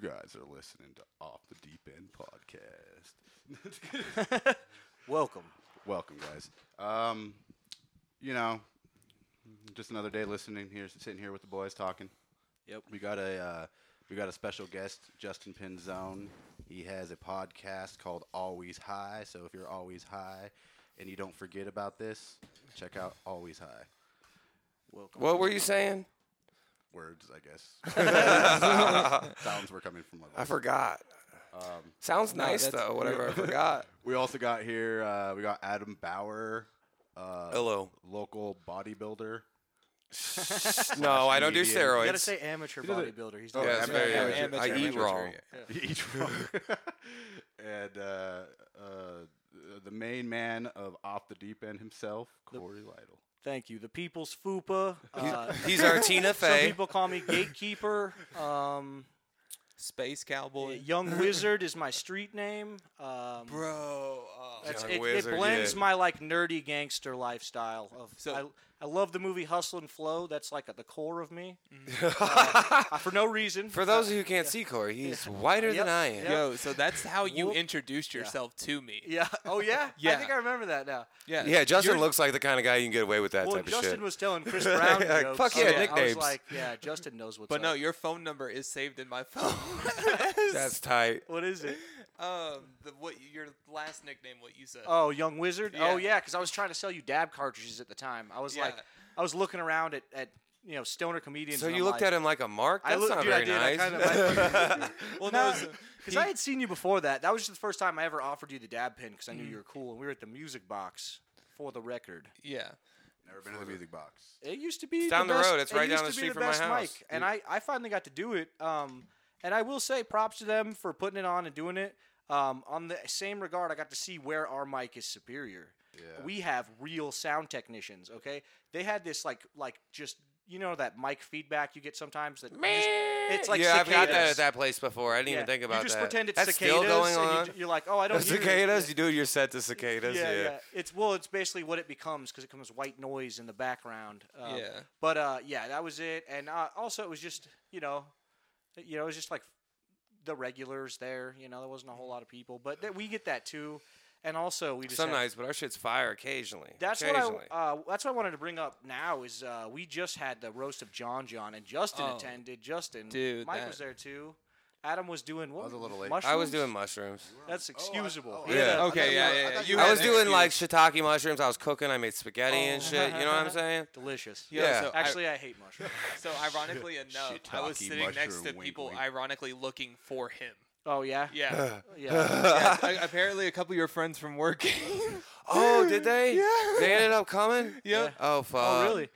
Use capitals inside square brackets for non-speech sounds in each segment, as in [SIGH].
guys are listening to Off the Deep End podcast. [LAUGHS] Welcome. Welcome, guys. Um, you know, just another day listening here, sitting here with the boys talking. Yep. We got a uh, we got a special guest, Justin Pinzone. He has a podcast called Always High. So if you're always high and you don't forget about this, check out Always High. Welcome. What were you saying? Words, I guess. Sounds were coming from my I lips. forgot. Um, Sounds no, nice that's- though. Whatever [LAUGHS] I forgot. We also got here. Uh, we got Adam Bauer, uh, Hello. local bodybuilder. [LAUGHS] No, I don't do Comedian. [LAUGHS] steroids. You You gotta say amateur bodybuilder. He's not Yeah, a it's professional. very Yeah, amateur. I eat wrong. Each one. [LAUGHS] and uh, uh, the main man of off the deep end himself, Corey Lytle. Thank you. The people's fupa. Uh, He's [LAUGHS] our Tina some Fey. people call me gatekeeper. Um, Space Cowboy. [LAUGHS] Young Wizard is my street name. Um, Bro. oh. that's- Young it, Wizard, it blends yeah. my like nerdy gangster lifestyle. Of So- I, I love the movie Hustle and Flow. That's like at the core of me. Uh, for no reason. Mm-hmm. For those who can't see Corey, he's whiter Yep, than I am. yep. Yo, so that's how you Whoop. introduced yourself to me. [LAUGHS] yeah. Oh yeah. I Yeah. think I remember that now. Yeah. Yeah, Justin You're- looks like the kind of guy you can get away with that Well, type Justin of shit. was telling [LAUGHS] Chris Brown Yeah, jokes. fuck so yeah, I was nicknames. like, yeah, Justin knows what's But up. no, your phone number is saved in my phone. That's tight. what is it? [LAUGHS] um, the, what your last nickname? What you said? Oh, Young Wizard. Oh Yeah. yeah, because I was trying to sell you dab cartridges at the time. I was like, Yeah. I was looking around at, at you know stoner comedians. So and you I'm looked like, at him like a mark? I That's looked, not dude, very I did. nice. I kind of [LAUGHS] well, no, no. because I had seen you before that. That was the first time I ever offered you the dab pin because I Mm. knew you were cool, and we were at the music box. For the record, Yeah. Never been to the music box. Oh, it used to be down the best- road. It's it right used down the to be street from my best house. mic, and I, I finally got to do it. Um, and I will say props to them for putting it on and doing it. Um, on the same regard, I got to see where our mic is superior. Yeah. We have real sound technicians. Okay, they had this like like just you know that mic feedback you get sometimes that you just- [LAUGHS] it's like yeah, I've cicadas. got that at that place before. I didn't Yeah. even think about You just that. pretend it's That's cicadas, still going and on. You, are like, oh, I don't hear it. [LAUGHS] cicadas, Yeah. you do your set to cicadas. Yeah, Yeah, yeah, It's well, it's basically what it becomes because it becomes white noise in the background. Uh, Yeah. But uh, yeah, that was it, and uh, also it was just you know, you know, it was just like the regulars there. You know, there wasn't a whole lot of people, but that we get that too, and also we just Some have- nights, but our shit's fire occasionally. That's what I occasionally. uh, that's what I wanted to bring up now is uh, we just had the roast of John John and Justin Oh. attended. Justin, Dude, Mike that- was there too. Adam was doing what? I was a little late. I was uh, mushrooms? doing mushrooms. That's excusable. oh, He yeah. had a- I thought Okay. you Yeah. were- I Yeah. thought yeah. you You were I had was an doing like excuse. shiitake mushrooms. I was cooking. I made spaghetti Oh. and shit. You [LAUGHS] know what I'm saying? [GASPS] delicious. Yo, Yeah. so I- Actually, I, hate mushrooms. So ironically enough, I was Shiitake sitting next mushroom, to wink, people wink. ironically looking for him. Oh yeah, Yeah. yeah. [LAUGHS] yeah a- apparently, a couple of your friends from work. came. Oh, did they? Yeah. They ended [LAUGHS] up coming. Yeah. Oh fuck. oh really?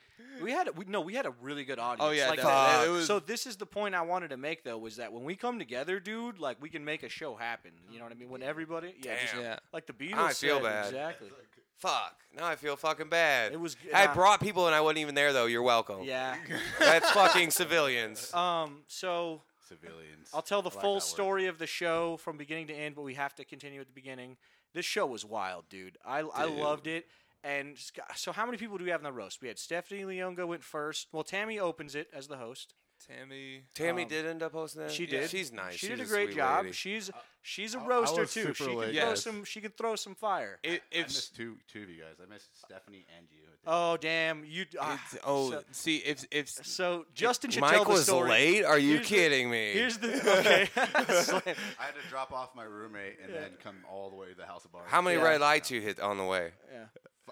We had a- we, no, we had a really good audience. Oh, yeah, like, that- the- it was- so this is the point I wanted to make though was that when we come together, dude, like we can make a show happen. You know what I mean? When everybody, yeah, just, Damn. yeah. like the Beatles. I feel said, bad. Exactly. Fuck. Now I feel fucking bad. It was- I nah. brought people and I wasn't even there though. You're welcome. Yeah. That's [LAUGHS] fucking civilians. Um. So [LAUGHS] Civilians. I'll tell the I like that full word. story of the show from beginning to end, but we have to continue at the beginning. This show was wild, dude. I, I loved it. And Sc- so, how many people do we have in the roast? We had Stephanie Leonga went first. Well, Tammy opens it as the host. Tammy. Tammy um, did end up hosting that. She did. She's nice. She She's did a sweet great job. lady. She's she's a Uh, I- I roaster was too. She super could late, throw guys. some. She could throw some fire. If, I if missed two two of you guys. I missed Stephanie and you. I think. oh damn! You ah, It's, oh, so, see if if so Justin should tell Mike the was story. late. Are you Here's the- kidding me? Here's the okay. [LAUGHS] Slam. I had to drop off my roommate and then come all the way to the house of bars. How many Yeah. red lights you hit on the way? yeah.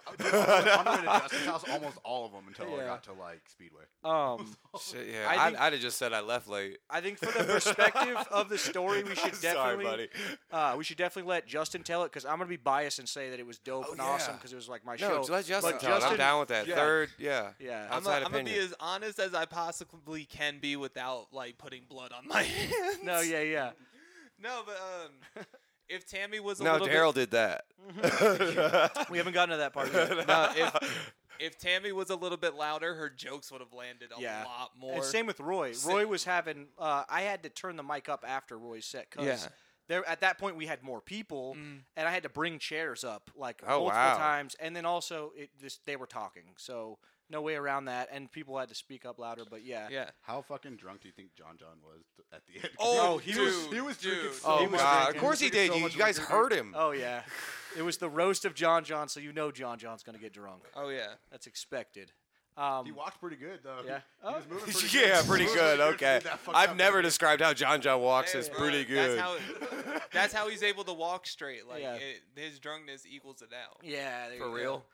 [LAUGHS] On the way to Justin's house, almost all of them until I Yeah. got to like Speedway. Um. Shit, yeah. I I think- would I'd have just said I left late. I think for the perspective of the story, [LAUGHS] we should [LAUGHS] Sorry, definitely buddy. Uh, we should definitely let Justin tell it because I'm gonna be biased and say that it was dope and awesome Oh, yeah. because it was like my No, show. let Justin but tell it. I'm Justin- down with that. yeah. Third, yeah. Yeah. I'm, Outside I'm gonna be opinion. as honest as I possibly can be without like putting blood on my [LAUGHS] hands. No, yeah, yeah. no, but [LAUGHS] um, if Tammy was a No, little Daryl did that. [LAUGHS] We haven't gotten to that part yet. bit, no, if if Tammy was a little bit louder, her jokes would have landed a Yeah. lot more. and same with Roy. Roy was having. Uh, I had to turn the mic up after Roy's set because Yeah. there at that point we had more people and I had to bring chairs up like Mm. Oh, multiple wow. times and then also it just they were talking so no way around that. And people had to speak up louder. But yeah, Yeah. How fucking drunk do you think John John was th- at the end? 'Cause Oh, he dude, was, he was drinking dude. so Oh much God! liquor. Of course he Drinking did. so You, much you guys liquor, dude. heard him. [LAUGHS] Oh yeah, it was the roast of John John. So you know John John's gonna get drunk. Oh yeah. That's expected. Um, He walked pretty good though. Yeah. He was moving pretty good. [LAUGHS] [LAUGHS] yeah, He pretty was good. moving Okay, pretty good. That fucked I've up never really described how John John walks as Hey, pretty bro, good. [LAUGHS] [LAUGHS] That's how, that's how he's able to walk straight. Like Yeah. it, his drunkenness equals it out. [LAUGHS] yeah, there For you go. real?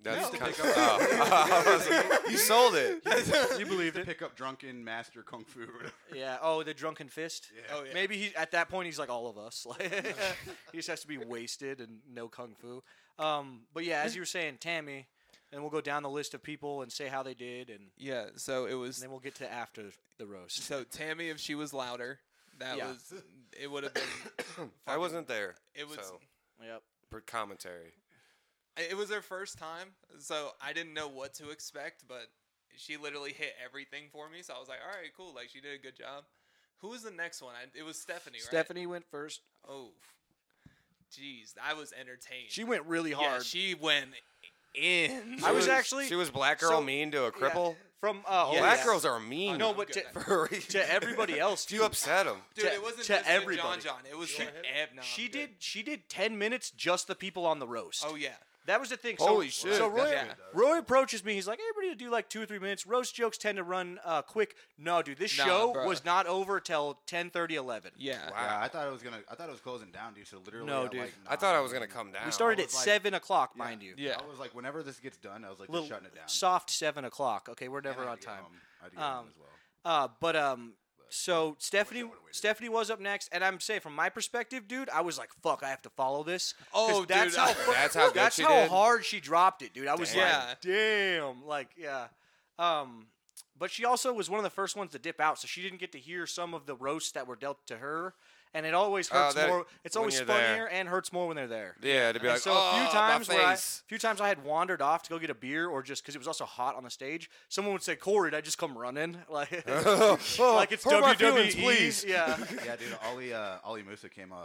That's No. kind Pick of, oh. [LAUGHS] you sold [LAUGHS] it. You good. believed To it? pick up drunken master kung fu. or whatever. Yeah. Oh, the drunken fist. Yeah. Oh yeah. Maybe he at that point he's like all of us. [LAUGHS] Like he just has to be wasted and no kung fu. Um, but yeah, as you were saying, Tammy, and we'll go down the list of people and say how they did, and, and Yeah. So it was. then we'll get to after the roast. [LAUGHS] So Tammy, if she was louder, that Yeah. was. It would have been. [COUGHS] I wasn't there. It was. so, Yep. for commentary. It was her first time, so I didn't know what to expect, but she literally hit everything for me. So I was like, all right, cool. Like, she did a good job. Who was the next one? I, it was Stephanie, Stephanie went first. right? Oh, jeez. I was entertained. She went really yeah, hard. she went in. I was actually She was black girl so- mean to a yeah, cripple. from uh, Yeah. Black Yes. girls are mean. No, I'm but good to, [LAUGHS] at to everybody [LAUGHS] else, you upset them. Dude, to- it wasn't to just to everybody. John John. It was to ev- no, I'm she good. did. She did ten minutes just the people on the roast. Oh, yeah. That was the thing. So, Holy shit, So that's Roy, good, though. Roy approaches me. He's like, "Everybody do like two or three minutes. Roast jokes tend to run uh, quick." No, dude, this Nah, show bruh. was not over till 10, 11. Yeah. Yeah, I thought it was gonna. I thought it was closing down, dude. So literally, No, at, dude. Like I thought I nine- was gonna come down. We started I at was like- seven o'clock, mind you. Yeah. I was like, whenever this gets done, I was like, Little just shutting it down. soft seven o'clock. Okay, we're And I never had on to get time. home. I had to get home Um, as well. Uh, but um, so Stephanie, would've waited. Stephanie was up next, and I'm saying from my perspective, dude, I was like, "Fuck, I have to follow this." 'Cause Oh, that's dude, how I- fu- uh, [LAUGHS] That's how good that's she how did. hard she dropped it, dude. I was Damn. like, "Damn!" Like, yeah. Um, but she also was one of the first ones to dip out, so she didn't get to hear some of the roasts that were dealt to her, and it always Oh, hurts that- more. It's when always you're there. funnier and hurts more when they're there. [LAUGHS] Yeah, to be And like, so oh, a few times, my where I, a [LAUGHS] face. few times I had wandered off to go get a beer, or just because it was also hot on the stage, someone would say, "Corey, did I just come running?" [LAUGHS] [LAUGHS] Like, like it's Oh, hurt my WWE. feelings, please. [LAUGHS] Yeah, yeah, dude. Ollie, uh, Ollie Musa came, uh,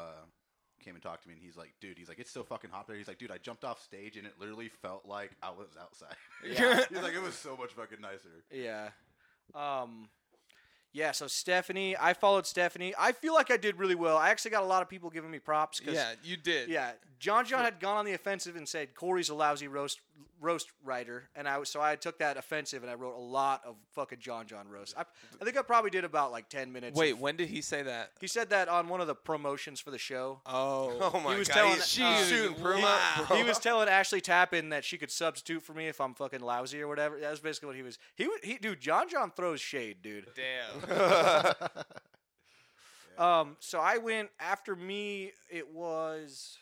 came and talked to me, and he's like, dude, he's like, it's so fucking hot there. He's like, dude, I jumped off stage, and it literally felt like I was outside. Yeah. [LAUGHS] he's like, it was so much fucking [LAUGHS] nicer. yeah, um, yeah. So Stephanie, I followed Stephanie. I feel like I did really well. I actually got a lot of people giving me props. 'cause- Yeah, you did. yeah. John John had gone on the offensive and said Corey's a lousy roast roast writer, and I was- so I took that offensive and I wrote a lot of fucking John John roasts. I, I think I probably did about like ten minutes. Wait, of- when did he say that? He said that on one of the promotions for the show. Oh. Oh my was god, telling- he's She he's was- shooting Pruma. wow. bro. He was telling Ashley Tappan that she could substitute for me if I'm fucking lousy or whatever. That was basically what he was. He, wa- he dude, John John throws shade, dude. [LAUGHS] Damn. [LAUGHS] Um, so I went after me. It was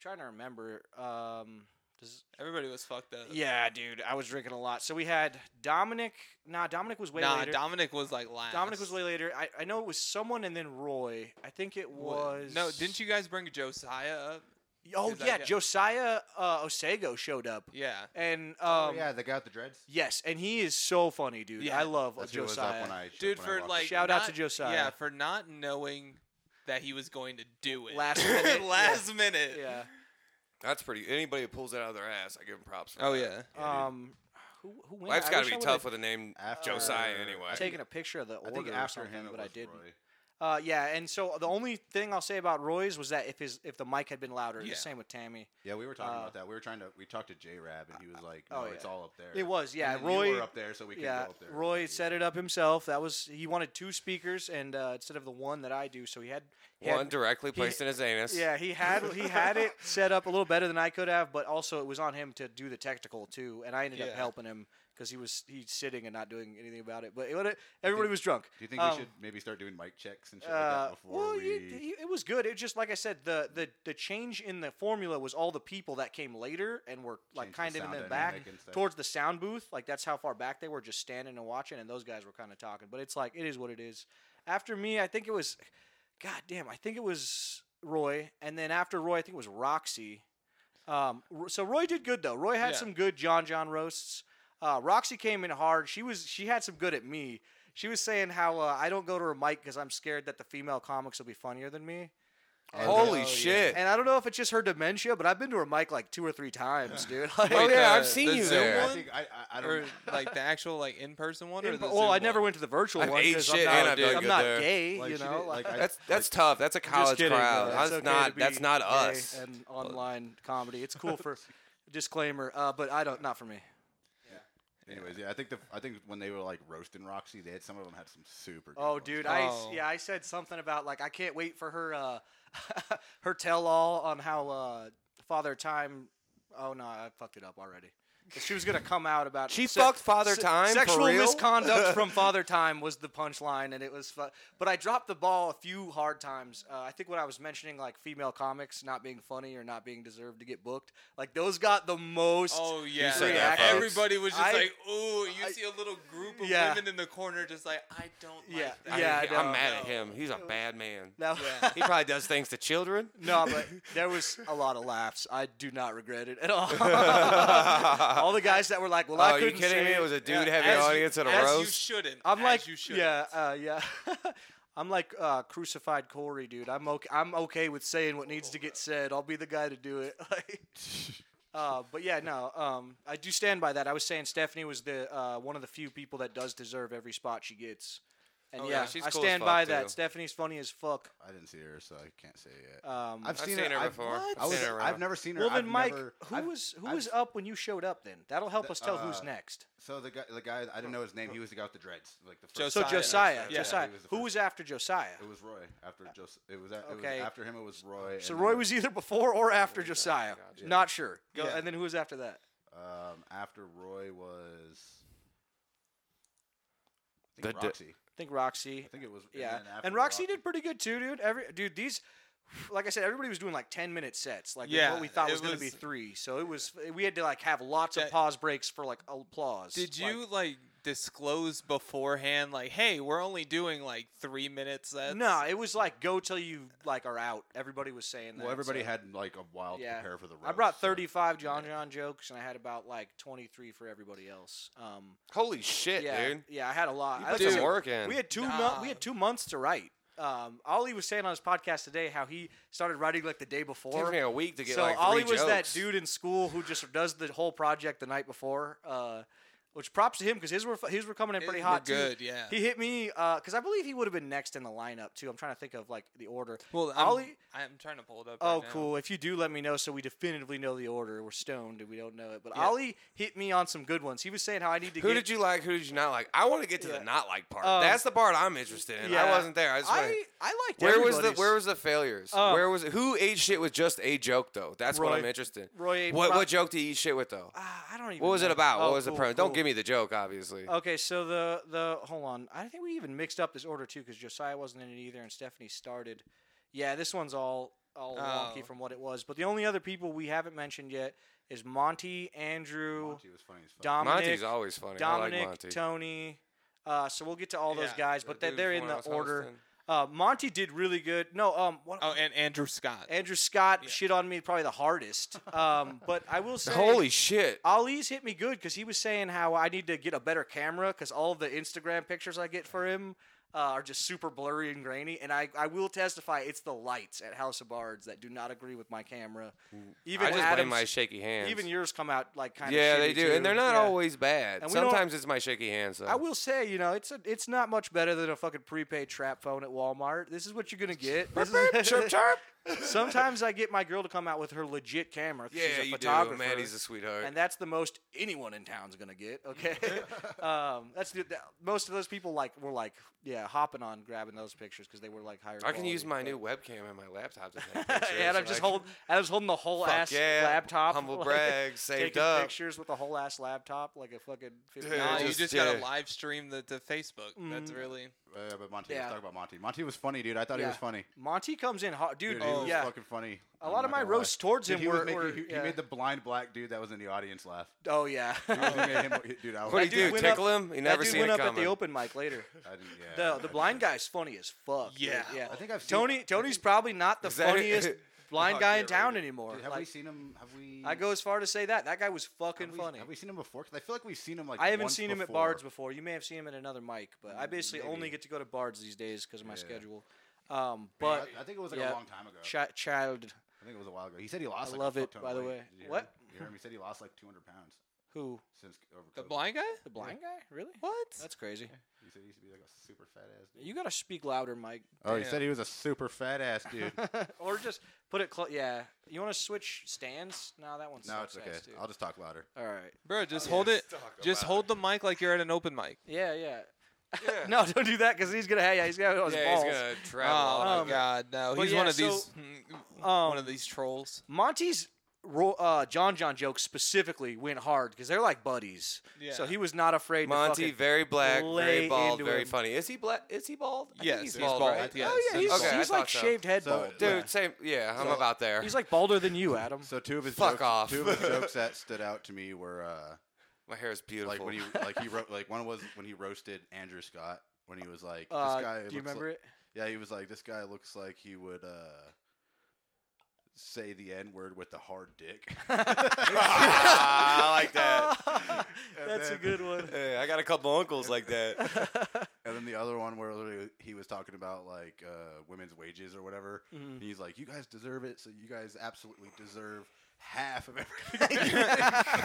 trying to remember. Um, does, Everybody was fucked up. yeah, dude, I was drinking a lot. So we had Dominic. Nah, Dominic was way nah, later. Dominic was like last. Dominic was way later. I, I know it was someone and then Roy. I think it What- was No, didn't you guys bring Josiah up? Oh is that yeah, guy- Josiah uh, Osego showed up, Yeah. and um, Oh, yeah, the guy with the dreads. Yes, and he is so funny, dude. Yeah, I love That's who was up Josiah. when I, Dude, when I for walked like in. Shout out to not- Josiah. Yeah, for not knowing that he was going to do it [LAUGHS] Last minute, yeah. last minute. yeah. That's pretty. Anybody who pulls it out of their ass, I give them props. For Oh that. yeah. Yeah, Um, who who went? Life's I got to wish be I would've tough with a name After- Josiah. Anyway, [LAUGHS] Taken a picture of the order I think or after something, him, it but I was didn't. Roy. Uh, yeah, and so the only thing I'll say about Roy's was that if his if the mic had been louder, Yeah. the same with Tammy. Yeah, we were talking Uh, about that. We were trying to. We talked to J Rab, and he was like, "No, oh, it's yeah. all up there." It was, yeah. And then Roy, you were up there, so we could yeah, go up there. Roy set it up himself. That was he wanted two speakers, and uh, instead of the one that I do, so he had he had- one directly placed in his anus. [LAUGHS] Yeah, he had he [LAUGHS] had it set up a little better than I could have, but also it was on him to do the technical too, and I ended up Yeah. helping him because he was he's sitting and not doing anything about it. But it, would- everybody was drunk. Do you think Um, we should maybe start doing mic checks and shit Uh, like that before well, we? you, you- it was good. It just like I said, the, the the change in the formula was all the people that came later and were like Change kind the of in the sound back dynamic and stuff. towards the sound booth. Like that's how far back they were, just standing and watching, and those guys were kind of talking. But it's like it is what it is. After me, I think it was, God damn, I think it was Roy, and then after Roy, I think it was Roxy. Um, Ro- so Roy did good though. Roy had Yeah. some good John John roasts. Uh, Roxy came in hard. She was she had some good at me. She was saying how uh, I don't go to her mic because I'm scared that the female comics will be funnier than me. And, Oh, Holy yeah. shit. And I don't know if it's just her dementia, but I've been to her mic like two or three times, dude. [LAUGHS] Like, Oh, Wait, yeah, the- I've seen the you Zoom there. I one? think I, I, I don't. [LAUGHS] or [LAUGHS] like the actual like in person one, or in- the well, I Zoom never one? went to the virtual I've one ate because shit I'm and not, I've done I'm good not there. gay, Like, you she know. did- [LAUGHS] like, I- That's that's tough. That's a I'm just college kidding, crowd. though. That's It's okay to not be that's not gay us. [LAUGHS] And online comedy, it's cool for [LAUGHS] disclaimer, uh, but I don't. Not for me. Anyways, yeah, I think the I think when they were like roasting Roxy, they had some of them had some super. Good Oh, ones. dude, I s- Oh. yeah, I said something about like I can't wait for her uh, [LAUGHS] her tell all on how uh, Father Time. Oh no, I fucked it up already. 'Cause She was gonna come out about She fucked Father Time, for Sexual real? [LAUGHS] misconduct from Father Time was the punchline, and it was. Fu- but I dropped the ball a few hard times. Uh, I think when I was mentioning like female comics not being funny or not being deserved to get booked, like those got the most. [LAUGHS] Oh yeah, said yeah, that, folks. everybody was just I- like, "Ooh!" You I- see a little group of Yeah. women in the corner, just like, "I don't Yeah, like that." yeah, I, I am know. mad at him. He's a bad man. Now- [LAUGHS] He probably does things to children. No, but there was a lot of laughs. I do not regret it at [LAUGHS] all. all the guys that were like, "Well, I oh, you couldn't kidding say me? It was a dude heavy as you- audience at a as You roast. shouldn't. I'm as like, you should. yeah, uh, yeah. [LAUGHS] I'm like uh, crucified Corey, dude. I'm okay. I'm okay with saying what needs to get said. I'll be the guy to do it. [LAUGHS] Like, uh, but yeah, no, um, I do stand by that. I was saying Stephanie was the uh, one of the few people that does deserve every spot she gets, and Oh, yeah, yeah, she's I cool as stand fuck, by that. too. Stephanie's funny as fuck. I didn't see her, so I can't say it. Yet. Um, I've, I've seen her I've- before. What? I I've was, seen her around. I've never seen her. well, then, I've Mike, never- who I've- was who I've- was up when you showed up? Then that'll help us tell who's uh, next. So the guy, the guy, I didn't know his name. He was the guy with the dreads, like the first. So Josiah. Josiah, Yeah, Josiah, he was the who first. was after Josiah? It was Roy after Jos It was, a- it was Okay. after him. It was Roy. So and then, Roy was either before or after Josiah. Not sure. Go, Yeah. And then who was after that? Um, after Roy was. I The think d- Roxy. I think Roxy. I think it was. yeah. then And, after Roxy, did pretty good too, dude. Every dude, these, like I said, everybody was doing like ten minute sets. Like Yeah, what we thought it was, going to be was- three. So it was. We had to like have lots Yeah. of pause breaks for like applause. Did Like, you like, disclose beforehand, like, "Hey, we're only doing like three minutes"? That's no, it was like go till you like are out. Everybody was saying that. Well, everybody so- had like a while to Yeah. prepare for the. Roast, I brought so- 35 John John jokes and I had about like 23 for everybody else. Um, Holy shit, yeah, dude. yeah, I had a lot. You I put was- some work in. We had two mo- Nah. we had two months to write. Um, Ollie was saying on his podcast today how he started writing like the day It took before. me a week to get so like three Ollie was that jokes. dude in school who just does the whole project the night before. Uh, which props to him because his were fu- his were coming in His pretty eh, were hot good, too. yeah. He hit me because I believe he would have been next in the lineup too. I'm trying to think of like the order. Well, I'm, Ollie, I'm trying to pull it up. Oh, right now. cool. If you do, let me know so we definitively know the order. We're stoned and we don't know it. But Ollie hit me on some good ones. He was saying how I need to Who get. did you like? Who did you not like? I want to get to Yeah. the not like part. Um, That's the part I'm interested in. I yeah. wasn't there. I just wanna- I, I liked Where was the everybody's. Where was the failures? Um, where was who ate shit with just a joke though? That's what Roy- I'm interested. in. Roy ate what pro- what joke did he eat shit with though? Ah, I don't even. What was it know. about? Oh, what was the cool, premise? Don't cool. Uh, give me the joke, obviously. Okay, so the the hold on. I think we even mixed up this order too because Josiah wasn't in it either, and Stephanie started. Yeah, this one's all all Oh. wonky from what it was. But the only other people we haven't mentioned yet is Monty, Andrew, Monty was funny as fuck. Dominic, Monty's always funny. I Dominic, like Monty. Tony. Uh, so we'll get to all those Yeah, guys, that but they, dude they're was in the one the I was order. hosting. Uh, Monty did really good. No, um, what, Oh, and Andrew Scott. Andrew Scott shit on me probably the hardest. Um, but I [LAUGHS] will say, Holy shit! Ali's hit me good because he was saying how I need to get a better camera because all of the Instagram pictures I get for him uh, are just super blurry and grainy. And I, I will testify, it's the lights at House of Bards that do not agree with my camera. Even I just blame Adam's- my shaky hands. even yours come out like kind of yeah, they do, and they're not always bad. And we don't- Sometimes it's my shaky hands though. I will say, you know, it's a, it's not much better than a fucking prepaid trap phone at Walmart. This is what you're gonna get. This is- chirp chirp. [LAUGHS] Sometimes I get my girl to come out with her legit camera. 'cause Yeah, she's a you photographer, do. Maddie's a sweetheart. and that's the most anyone in town's gonna get. [LAUGHS] Okay, um, that's the, that, most of those people like were like, yeah, hopping on grabbing those pictures because they were like higher. I can use my quality, new webcam and my laptop [LAUGHS] to take but- [LAUGHS] pictures. and I'm I just can- hold. I was holding the whole Fuck ass yeah, laptop. [LAUGHS] humble like, brag, saved taking up. pictures with the whole ass laptop, like a fucking. 50 Dude, Nah, dollars. you just just, gotta did. live stream the to Facebook. That's Mm. really Uh, but Monty, Yeah. let's talk about Monty. Monty was funny, dude. I thought he was Yeah. funny. Monty comes in hot, dude. Dude, he oh, was yeah. fucking funny. A lot of my roasts towards dude, him he was were- making- were- he, he yeah. made the blind black dude that was in the audience laugh. [LAUGHS] Oh yeah. He made [LAUGHS] him, dude, I was, [LAUGHS] What do I you do? went Tickle up- him? You that never dude seen went it up at coming. the open mic later. didn't, yeah, The the blind guy's funny as fuck. dude. Yeah. yeah. I think I've seen- Tony Tony's probably not the Is that- funniest [LAUGHS] blind Oh, guy yeah, in town right. anymore. Dude, have we Like, seen him? Have we? I go as far to say that that guy was fucking have we, funny. Have we seen him before? 'Cause I feel like we've seen him like. I haven't once seen him at before. Bards before. You may have seen him at another mic, but I basically only Mm, maybe. get to go to Bards these days because of my Yeah. schedule. Um, but I, I think it was like yeah. a long time ago. chi- child I think it was a while ago. He said he lost. I like, a love fuck it, ton of by the weight. way. Did you hear What? him? You heard him? He said he lost like 200 pounds who since over The COVID. blind guy? the blind guy really? What? That's crazy. He said he used to be like a super fat ass dude. You gotta speak louder, Mike, oh, he Damn. said he was a super fat ass [LAUGHS] dude. or just put it close. Yeah, you want to switch stands? No, that one's no, it's okay. Too. I'll just talk louder. All right. Bro, just hold it. Just hold the mic like you're at an open mic. Yeah, yeah. Yeah. [LAUGHS] no, don't do that because he's gonna. Hey, yeah, he's gonna. yeah, balls. he's gonna travel. all Oh Um, over. my god, no. but He's yeah, one of so, um, these hmm, one of these trolls. Monty's ro- uh, John John jokes specifically went hard because they're like buddies. So Yeah. he was not afraid. to Monty, fucking- very black, lay very bald, into very him. funny. Is he black? Is he bald? I think Yes, he's he's bald. bald, right? yeah. oh yeah, he's, Okay, I he's like thought so. shaved head So, bald. dude, Dude, Yeah. same. Yeah, I'm So- about there. he's like balder than you, Adam. So two of his Fuck jokes, off. two of his jokes [LAUGHS] that stood out to me were uh, my hair is beautiful. like when he [LAUGHS] like he wrote like one was when he roasted Andrew Scott when he was like this Uh, guy. do you looks remember like, it? Yeah, he was like this guy looks like he would uh, say the n word with the hard dick. [LAUGHS] [LAUGHS] Ah, I like that. [LAUGHS] [LAUGHS] That's a then- good one. Hey, I got a couple uncles [LAUGHS] like that. And then the other one where literally he was talking about like uh, women's wages or whatever. Mm-hmm. And he's like, "You guys deserve it, so you guys absolutely deserve half [LAUGHS] of everything." [LAUGHS] and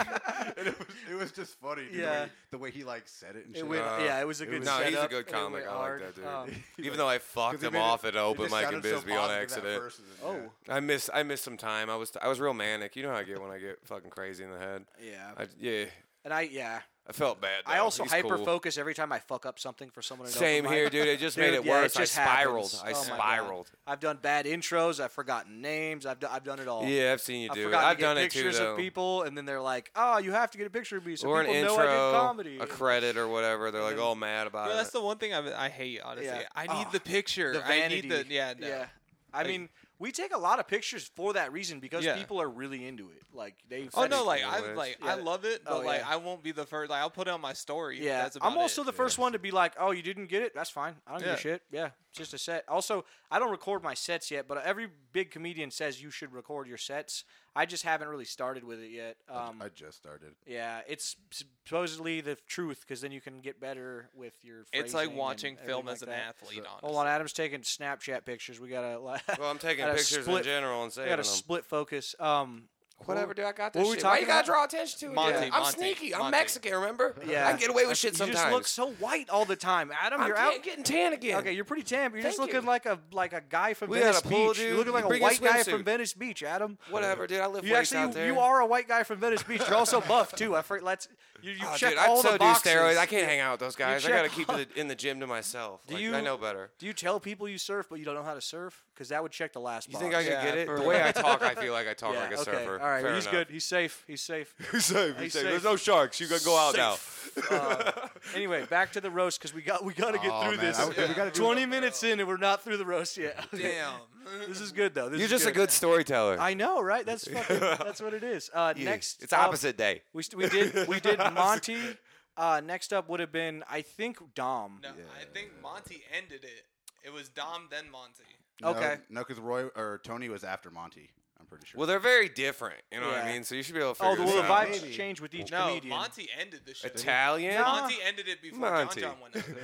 it, was, it was just funny, dude, the, Yeah. way, the way [LAUGHS] he like said it and shit. It went, Uh, yeah, it was a it good. was- no, he's a setup, good and it comic. went I hard. like that dude. Um, Even though [LAUGHS] I fucked [LAUGHS] 'Cause he him made it- off at he open just mic sounded and so Bisbee on positive at accident. first, and then- oh I miss I miss some time. I was I was real manic. You know how I get when I get fucking crazy in the head. yeah, I, yeah, and I yeah. I felt bad. I though. also He's hyper cool. focus every time I fuck up something for someone. at open Same mic. here, dude. [LAUGHS] It just made Dude, it yeah, worse. I just spiraled. happens. I Oh my God. spiraled. I've done bad intros. I've forgotten names. I've, do, I've done it all. Yeah, I've seen you I've do it. forgotten I've Oh. to get done it too, pictures though. of people, and then they're like, "Oh, you have to get a picture of me so or an people intro, know I did comedy." a credit, or whatever. They're like all mad about Bro, it. that's the one thing I, I hate, honestly. Yeah. I need Ah, the picture. the I vanity. need the yeah, no. yeah. I mean, we take a lot of pictures for that reason because Yeah. people are really into it. Like they. Oh that's- no, like cool, I that's- like Yeah. I love it, Oh, but like yeah. I won't be the first. Like I'll put it on my story. Yeah, that's about I'm also it. the first one to be like, "Oh, you didn't get it? That's fine. I don't give Yeah. a shit." Yeah, it's just a set. Also, I don't record my sets yet, but every big comedian says you should record your sets. I just haven't really started with it yet. Um, I just started. yeah, it's supposedly the truth because then you can get better with your. It's phrasing like and watching everything film like as an that. athlete. Honestly. Hold on, Adam's taking Snapchat pictures. We gotta. [LAUGHS] Well, well, I'm taking gotta pictures split- in general and We saving gotta them. split focus. Um, Whatever, dude. I got What this were we shit. Why you talking gotta draw about? attention to it? Monty, dude? I'm Monty, sneaky. I'm Monty. [LAUGHS] Mexican. Remember? yeah, I can get away with shit You sometimes. just look so white all the time, Adam. I'm you're get- out. getting tan again. Okay, you're pretty tan, but you're just Thank looking you. like a like a guy from We had Venice a pool, Beach. dude. You're looking like a Bring a white guy from swimsuit. Venice Beach, Adam. Whatever, dude. I live You ways out actually there. you are a white guy from Venice Beach. You're also buff too. I forget. Let's you, you Oh, check dude, all I'd so the do boxes. steroids. I can't hang out with those guys. I check gotta keep the, in the gym to myself. Do Like, you- I know better. Do you tell people you surf, but you don't know how to surf? Because that would check the last. You box. think I could Yeah, get it? The for- way I talk, I feel like I [LAUGHS] talk Yeah, like a okay. surfer. All right, Fair he's enough. good. He's safe. He's [LAUGHS] safe. He's safe. He's He's safe. safe. There's no sharks. You gotta go out now. Uh, anyway, back to the roast because we got we got to get Oh, through man, this. I- we gotta do- Twenty minutes in and we're not through the roast [LAUGHS] yet. Okay. Damn. [LAUGHS] This is good though. This You're is just a good storyteller. I know, right? [LAUGHS] That's fucking, that's what it is. Uh, Yeah. Next, It's up, opposite day. We, st- we did we [LAUGHS] did Monty. Uh, next up would have been I think Dom. No, I think Monty ended it. It was Dom then Monty. Okay. No, because Roy or Tony was after Monty. I'm pretty sure. [LAUGHS] Well, they're very different. You know what Yeah. I mean? So you should be able to Oh, figure the, well, this the out. vibes Maybe. change with each No, comedian. Monty ended the shit. Italian. No. Monty ended it before Monty. John John [LAUGHS] went. Over.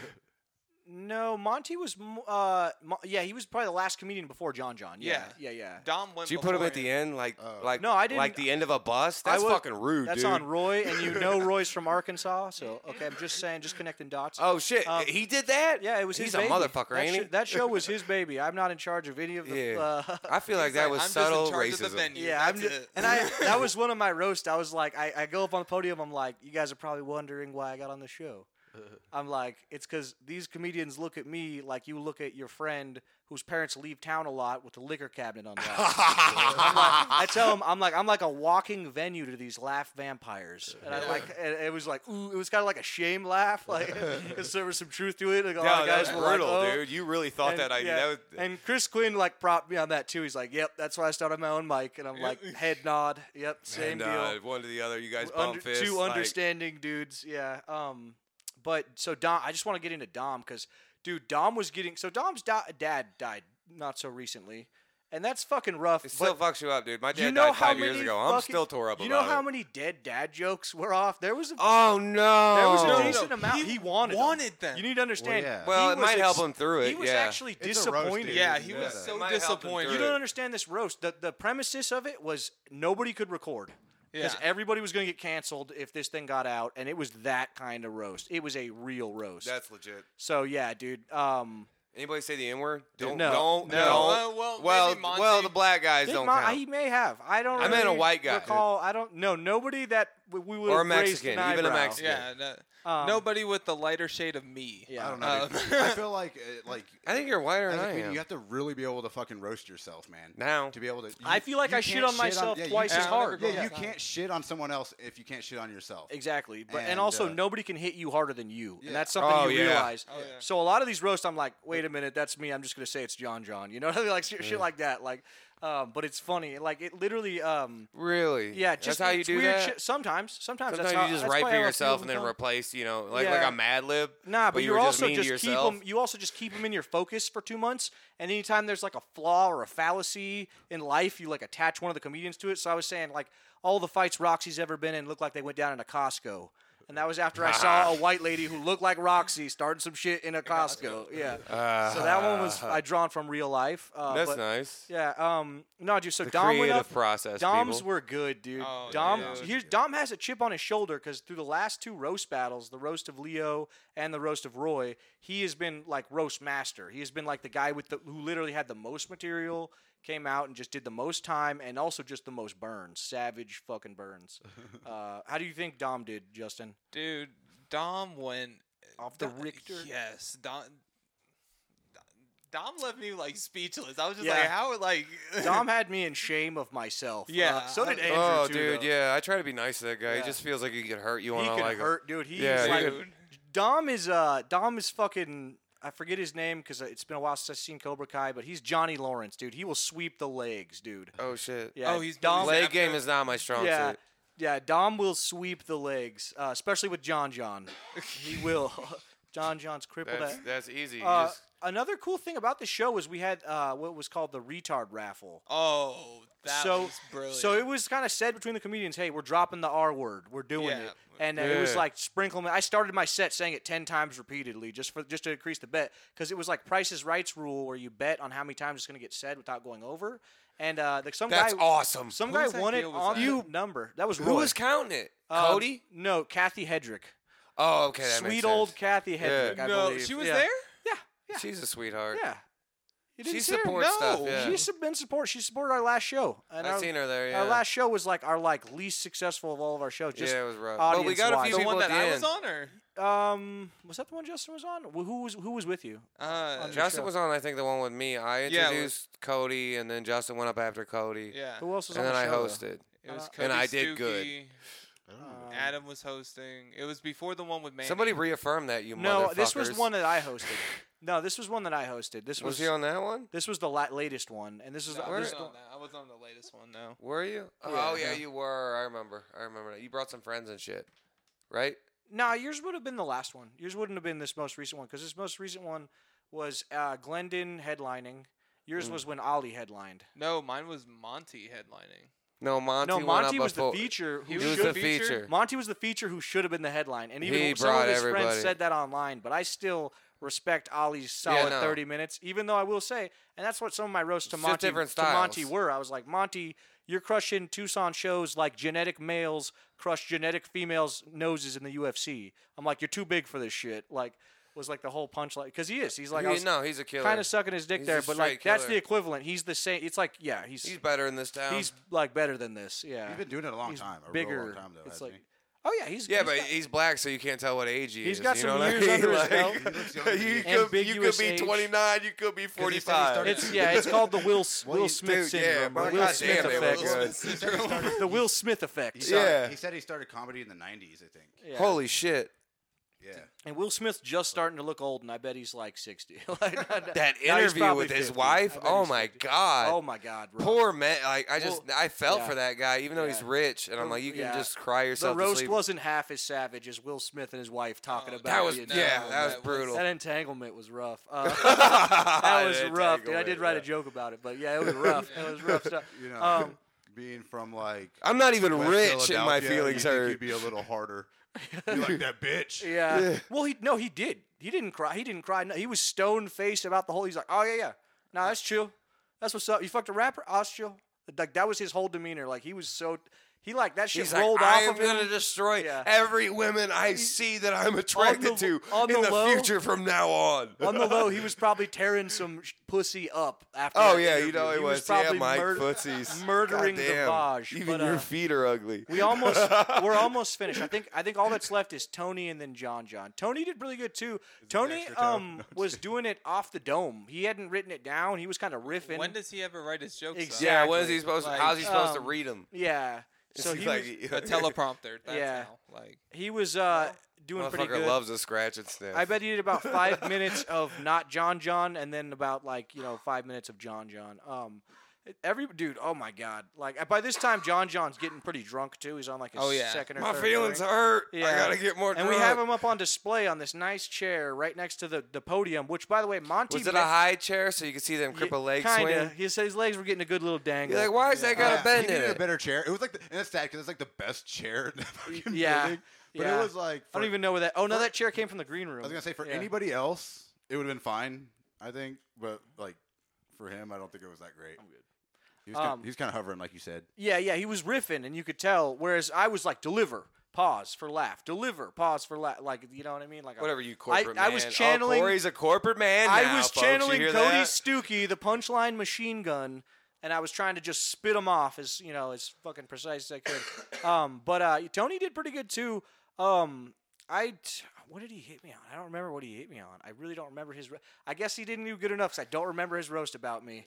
No, Monty was mo- uh, Mo- yeah, he was probably the last comedian before John John. Yeah, yeah, yeah. Dom went. Did you put him at the beforehand. end, like, Oh. like, No, I didn't- like the end of a bus? That's would- fucking rude, That's dude. on Roy, and you know Roy's from Arkansas, so okay. I'm just saying, just connecting dots. Oh shit, Um, he did that. yeah, it was He's his baby. a motherfucker, that ain't sho- he? that show [LAUGHS] was his baby. I'm not in charge of any of the. Yeah. [LAUGHS] Uh, I feel like He's that like, was I'm subtle just in charge Of the racism. [LAUGHS] [LAUGHS] venue. Yeah, I'm that's just, it. and I that was one of my roast. I was like, I, I go up on the podium. I'm like, you guys are probably wondering why I got on the [LAUGHS] show. I'm like, it's because these comedians look at me like you look at your friend whose parents leave town a lot with a liquor cabinet on i [LAUGHS] I tell them, I'm like, I'm like a walking venue to these laugh vampires. And I like, and it was like, ooh, it was kind of like a shame laugh, [LAUGHS] like 'cause there was some truth to it. Like, a lot No, of that guys was were like, brutal, "Oh." dude. You really thought And, that idea. yeah, That was, and Chris Quinn like propped me on that too. He's like, "Yep, that's why I started my own mic." And I'm like, head nod. Yep, same and, uh, deal. one to the other. You guys bump Under, fists. two like, understanding dudes. Yeah. Um, but so Dom, I just want to get into Dom because, dude, Dom was getting so Dom's da- dad died not so recently, and that's fucking rough. It still but fucks you up, dude. My dad you know died how five many years ago. I'm fucking- still tore up You know about how it. many dead dad jokes were off? There was a Oh no! there was No, a no, decent amount. He, wanted them. wanted them. You need to understand. yeah. Well, he it was might help him through He it, was yeah. actually It's a roast, disappointed. dude. yeah, he Yeah. was It so might help him disappointed. through You it. don't understand this roast. The, the premises of it was nobody could record because Yeah. everybody was going to get canceled if this thing got out, and it was that kind of roast. It was a real roast. That's legit. so yeah, dude. Um, Anybody say the N word? Don't, no. don't, No. Uh, don't. well, well, maybe Monty- well, the black guys did don't Ma- count. he may have. I don't. I meant a really white guy. Recall. I don't. No, nobody that we we would Or a have raised Mexican, an even a eyebrow. Mexican. Yeah, no, Um, nobody with the lighter shade of me. Yeah. Oh. I don't know. [LAUGHS] dude. Um, I feel like uh, like I think you're whiter as than a I, comedian, am. you have to really be able to fucking roast yourself, man. Now. to be able to, I you- feel like you I shit can't on myself yeah, you twice as can't- hard. Yeah, you Yeah. can't shit on someone else if you can't shit on yourself. Exactly, but and, And, also uh, nobody can hit you harder than you, Yeah. and that's something Oh, you yeah. realize. Oh, yeah. So a lot of these roasts, I'm like, wait a minute, that's me. I'm just gonna say it's John John, you know, [LAUGHS] what I mean? like shit, shit like that. Like, um, but it's funny, like it literally, um, Really? yeah, just that's how you it's do weird that. Shit. Sometimes, sometimes Sometimes that's how, you just that's write why for I love yourself and people then come- replace, you know, like Yeah. like a Mad Lib. Nah, but, you you're were also mean to just, keep yourself. them. You also just keep them in your focus for two months. And anytime there's like a flaw or a fallacy in life, you like attach one of the comedians to it. So I was saying like all the fights Roxy's ever been in look like they went down in a Costco. And that was after I saw a [LAUGHS] white lady who looked like Roxy starting some shit in a Costco. Yeah. [LAUGHS] so that one was I drawn from real life. Uh, Ah, That's but- nice. Yeah. Um. No, dude. So The Dom went creative up. process. Dom's people. were good, dude. Oh, Dom, yeah. here's Dom has a chip on his shoulder because through the last two roast battles, the roast of Leo and the roast of Roy, he has been like roast master. He has been like the guy with the who literally had the most material, came out and just did the most time, and also just the most burns, savage fucking [LAUGHS] burns. uh, how do you think Dom did, Justin? Dude, Dom went Off the Dom- Richter? Yes, Dom. Dom left me like speechless. I was just Yeah. like, how like [LAUGHS] Dom had me in shame of myself. Yeah. Uh, so did Oh, Andrew. oh, too, dude, though. yeah. I try to be nice to that guy. Yeah. He just feels like he could hurt you He on a could like. a- hurt, dude. He's Yeah, he like could- Dom is uh Dom is fucking I forget his name because it's been a while since I've seen Cobra Kai, but he's Johnny Lawrence, dude. He will sweep the legs, dude. Oh shit. Yeah, [LAUGHS] Oh, he's- Dom. Leg game is not my strong yeah, suit. yeah. Dom will sweep the legs, uh, especially with John [LAUGHS] John. he will. [LAUGHS] John John's crippled. That's at- that's easy. You Uh, just- another cool thing about the show was we had uh, what was called the retard raffle. oh that so was brilliant. so it was kind of said between the comedians, "Hey, we're dropping the R word. We're doing Yeah. it." And uh, it was Yeah. like sprinkling. I started my set saying it ten times repeatedly, just for just to increase the bet, because it was like Price's Rights rule, where you bet on how many times it's going to get said without going over. And uh, like some That's guy, awesome. some Whose guy won it idea was on that? you number. That was Who Roy. was counting it? Um, Cody? No, Kathy Hedrick. Oh, okay. That makes Sweet old sense. Kathy Hedrick. I no, believe. she was Yeah. there. Yeah. She's a sweetheart. Yeah. You didn't She see her? supports stuff, No, yeah. she's sub- been support. She supported our last show. And I've our- seen her there. Yeah. Our last show was like our like least successful of all of our shows. Just yeah, it was rough. But we got a audience-wise. few The people one at that the I end. was on, or um, was that the one Justin was on? Wh- Who was who was with you? uh, On the Justin show. was on, I think, the one with me. I Yeah, it was- introduced Cody, and then Justin went up after Cody. yeah, Who else was And on then the I show? though? hosted. it Uh, was Cody And I did good. Stuckey, Um, Adam was hosting. It was before the one with Manny. Somebody reaffirmed that, you No, this was motherfuckers. one that [LAUGHS] I hosted. no, this was one that I hosted. This was, Was he on that one? this was the la- latest one, and this was No, I, Where- this wasn't the- on that. I was on the latest one. No. Were you? Yeah. Oh, yeah, you were. I remember. I remember. that. You brought some friends and shit, right? Nah, yours would have been the last one. Yours wouldn't have been this most recent one because this most recent one was uh, Glendon headlining. Hmm. Yours was when Ollie headlined. No, mine was Monty headlining. No, Monty. no, went Monty up was the before- feature who He He was was should the the feature? feature. Monty was the feature who should have been the headline, and even He some of brought his friends everybody. said that online. But I still respect Ollie's solid no. thirty minutes, even though I will say, and that's what some of my roasts to It's just Monty different to Monty styles. were. I was like, Monty, you're crushing Tucson shows like genetic males crush genetic females' noses in the UFC. I'm like, you're too big for this shit. Like, was like the whole punchline because he is. He's like, I He- was no, he's a killer. kind of sucking his dick He's there, a but like straight that's the killer. equivalent. He's the same. It's like, yeah, he's He's he's, better in this town. like better than this. Yeah, You've been doing it a long he's time, a real bigger. long time though. it's hasn't like, oh yeah, he's yeah, he's but got- he's black, so you can't tell what age he He's is. got you some know what I years under mean? his belt. He looks younger [LAUGHS] Like, than you me. could be, you could Ambiguous be age. 29, you could be he said he 45. started- It's [LAUGHS] yeah, it's called the [LAUGHS] Will S- Well, Will you- Smith dude, yeah, syndrome, bro, or Will God Smith damn it, effect. Will Smith. He [LAUGHS] said he started- [LAUGHS] The Will Smith he effect. started- Yeah. He said he started comedy in the '90s, I think. Yeah. Holy shit. Yeah. And Will Smith's just starting to look old, and I bet he's like sixty. [LAUGHS] Like, [LAUGHS] That now he's interview probably with his 50. wife. I bet Oh he's my 50. god. Oh my God! bro. Poor man. Like I just I felt yeah. for that guy, even though he's Yeah. rich, and I'm The- like, you can yeah. just cry The yourself to roast sleep. [LAUGHS] wasn't half as savage as Will Smith and his wife talking Oh, about. that was being yeah, old, that was that was- brutal. That entanglement was rough. [LAUGHS] Uh, [LAUGHS] [LAUGHS] that that was rough, dude. I entanglement, did write yeah. a joke about it, but yeah, it was rough. It was rough stuff. You know, Um, being from like I'm not even West rich, and my Philadelphia, feelings you think hurt. You'd [LAUGHS] be a little harder. you like that bitch. Yeah. Well, he no, he did. He didn't cry. He didn't cry. No, he was stone faced about the whole. He's like, oh yeah, yeah. No, that's chill. That's what's up. You fucked a rapper. Oh, that's chill. Like that was his whole demeanor. Like he was so. He like that shit He's like, rolled I off am of gonna him. destroy Yeah. every woman I see that I'm attracted to on in the the low- future from now on. On the [LAUGHS] low, he was probably tearing some sh- pussy up after. [LAUGHS] oh that yeah, you interview. know he it was. yeah, probably Mike murder- Footsies. murdering Goddamn. the Vaj. Even but, your uh, feet are ugly. We [LAUGHS] almost we're almost finished. I think I think all that's left is Tony and then John John. Tony did really good too. Tony extra toe. [LAUGHS] um was doing it off the dome. He hadn't written it down. He was kind of riffing. When does he ever write his jokes? Exactly. Out? yeah, what is he supposed? Like, how's he supposed to um, read [LAUGHS] them? yeah. So he was, A [LAUGHS] [LAUGHS] [LAUGHS] teleprompter. That's Yeah. How. Like he was uh doing pretty Motherfucker good. loves a scratch and sniff. I bet he did about [LAUGHS] five minutes of not John John, and then about like you know five minutes of John John. Um, every dude, oh my god! Like by this time, John John's getting pretty drunk too. He's on like his Oh, yeah. second or my third feelings drink. hurt. I Yeah. gotta get more. and we have him up on display on this nice chair right next to the, the podium. Which, by the way, Monty Was it a Mc- high chair so you could see them cripple legs Kinda. swing? He said his legs were getting a good little dangle. You're like, why is that got Yeah, a bend he in needed it? a better chair. It was like, the, and that's sad because it's like the best chair in the fucking Yeah, building. But yeah. it was like, I for- don't even know where that. Oh no, for- that chair came from the green room. I was gonna say for Yeah. anybody else, it would have been fine, I think. But like for him, I don't think it was that great. I'm good. He was, Um, kind, he was kind of hovering, like you said. Yeah, yeah, he was riffing, and you could tell. Whereas I was like, deliver, pause for laugh, deliver, pause for laugh. Like, you know what I mean? Like, I- Whatever you corporate I man. was Oh, channeling- Corey's a corporate man. I now, was folks. You channeling hear Cody that? Stuckey, the punchline machine gun, and I was trying to just spit him off as you know as fucking precise as I could. um, but uh, Tony did pretty good too. Um, I t- what did he hit me on? I don't remember what he hit me on. I really don't remember his. Ro- I guess he didn't do good enough because I don't remember his roast about me.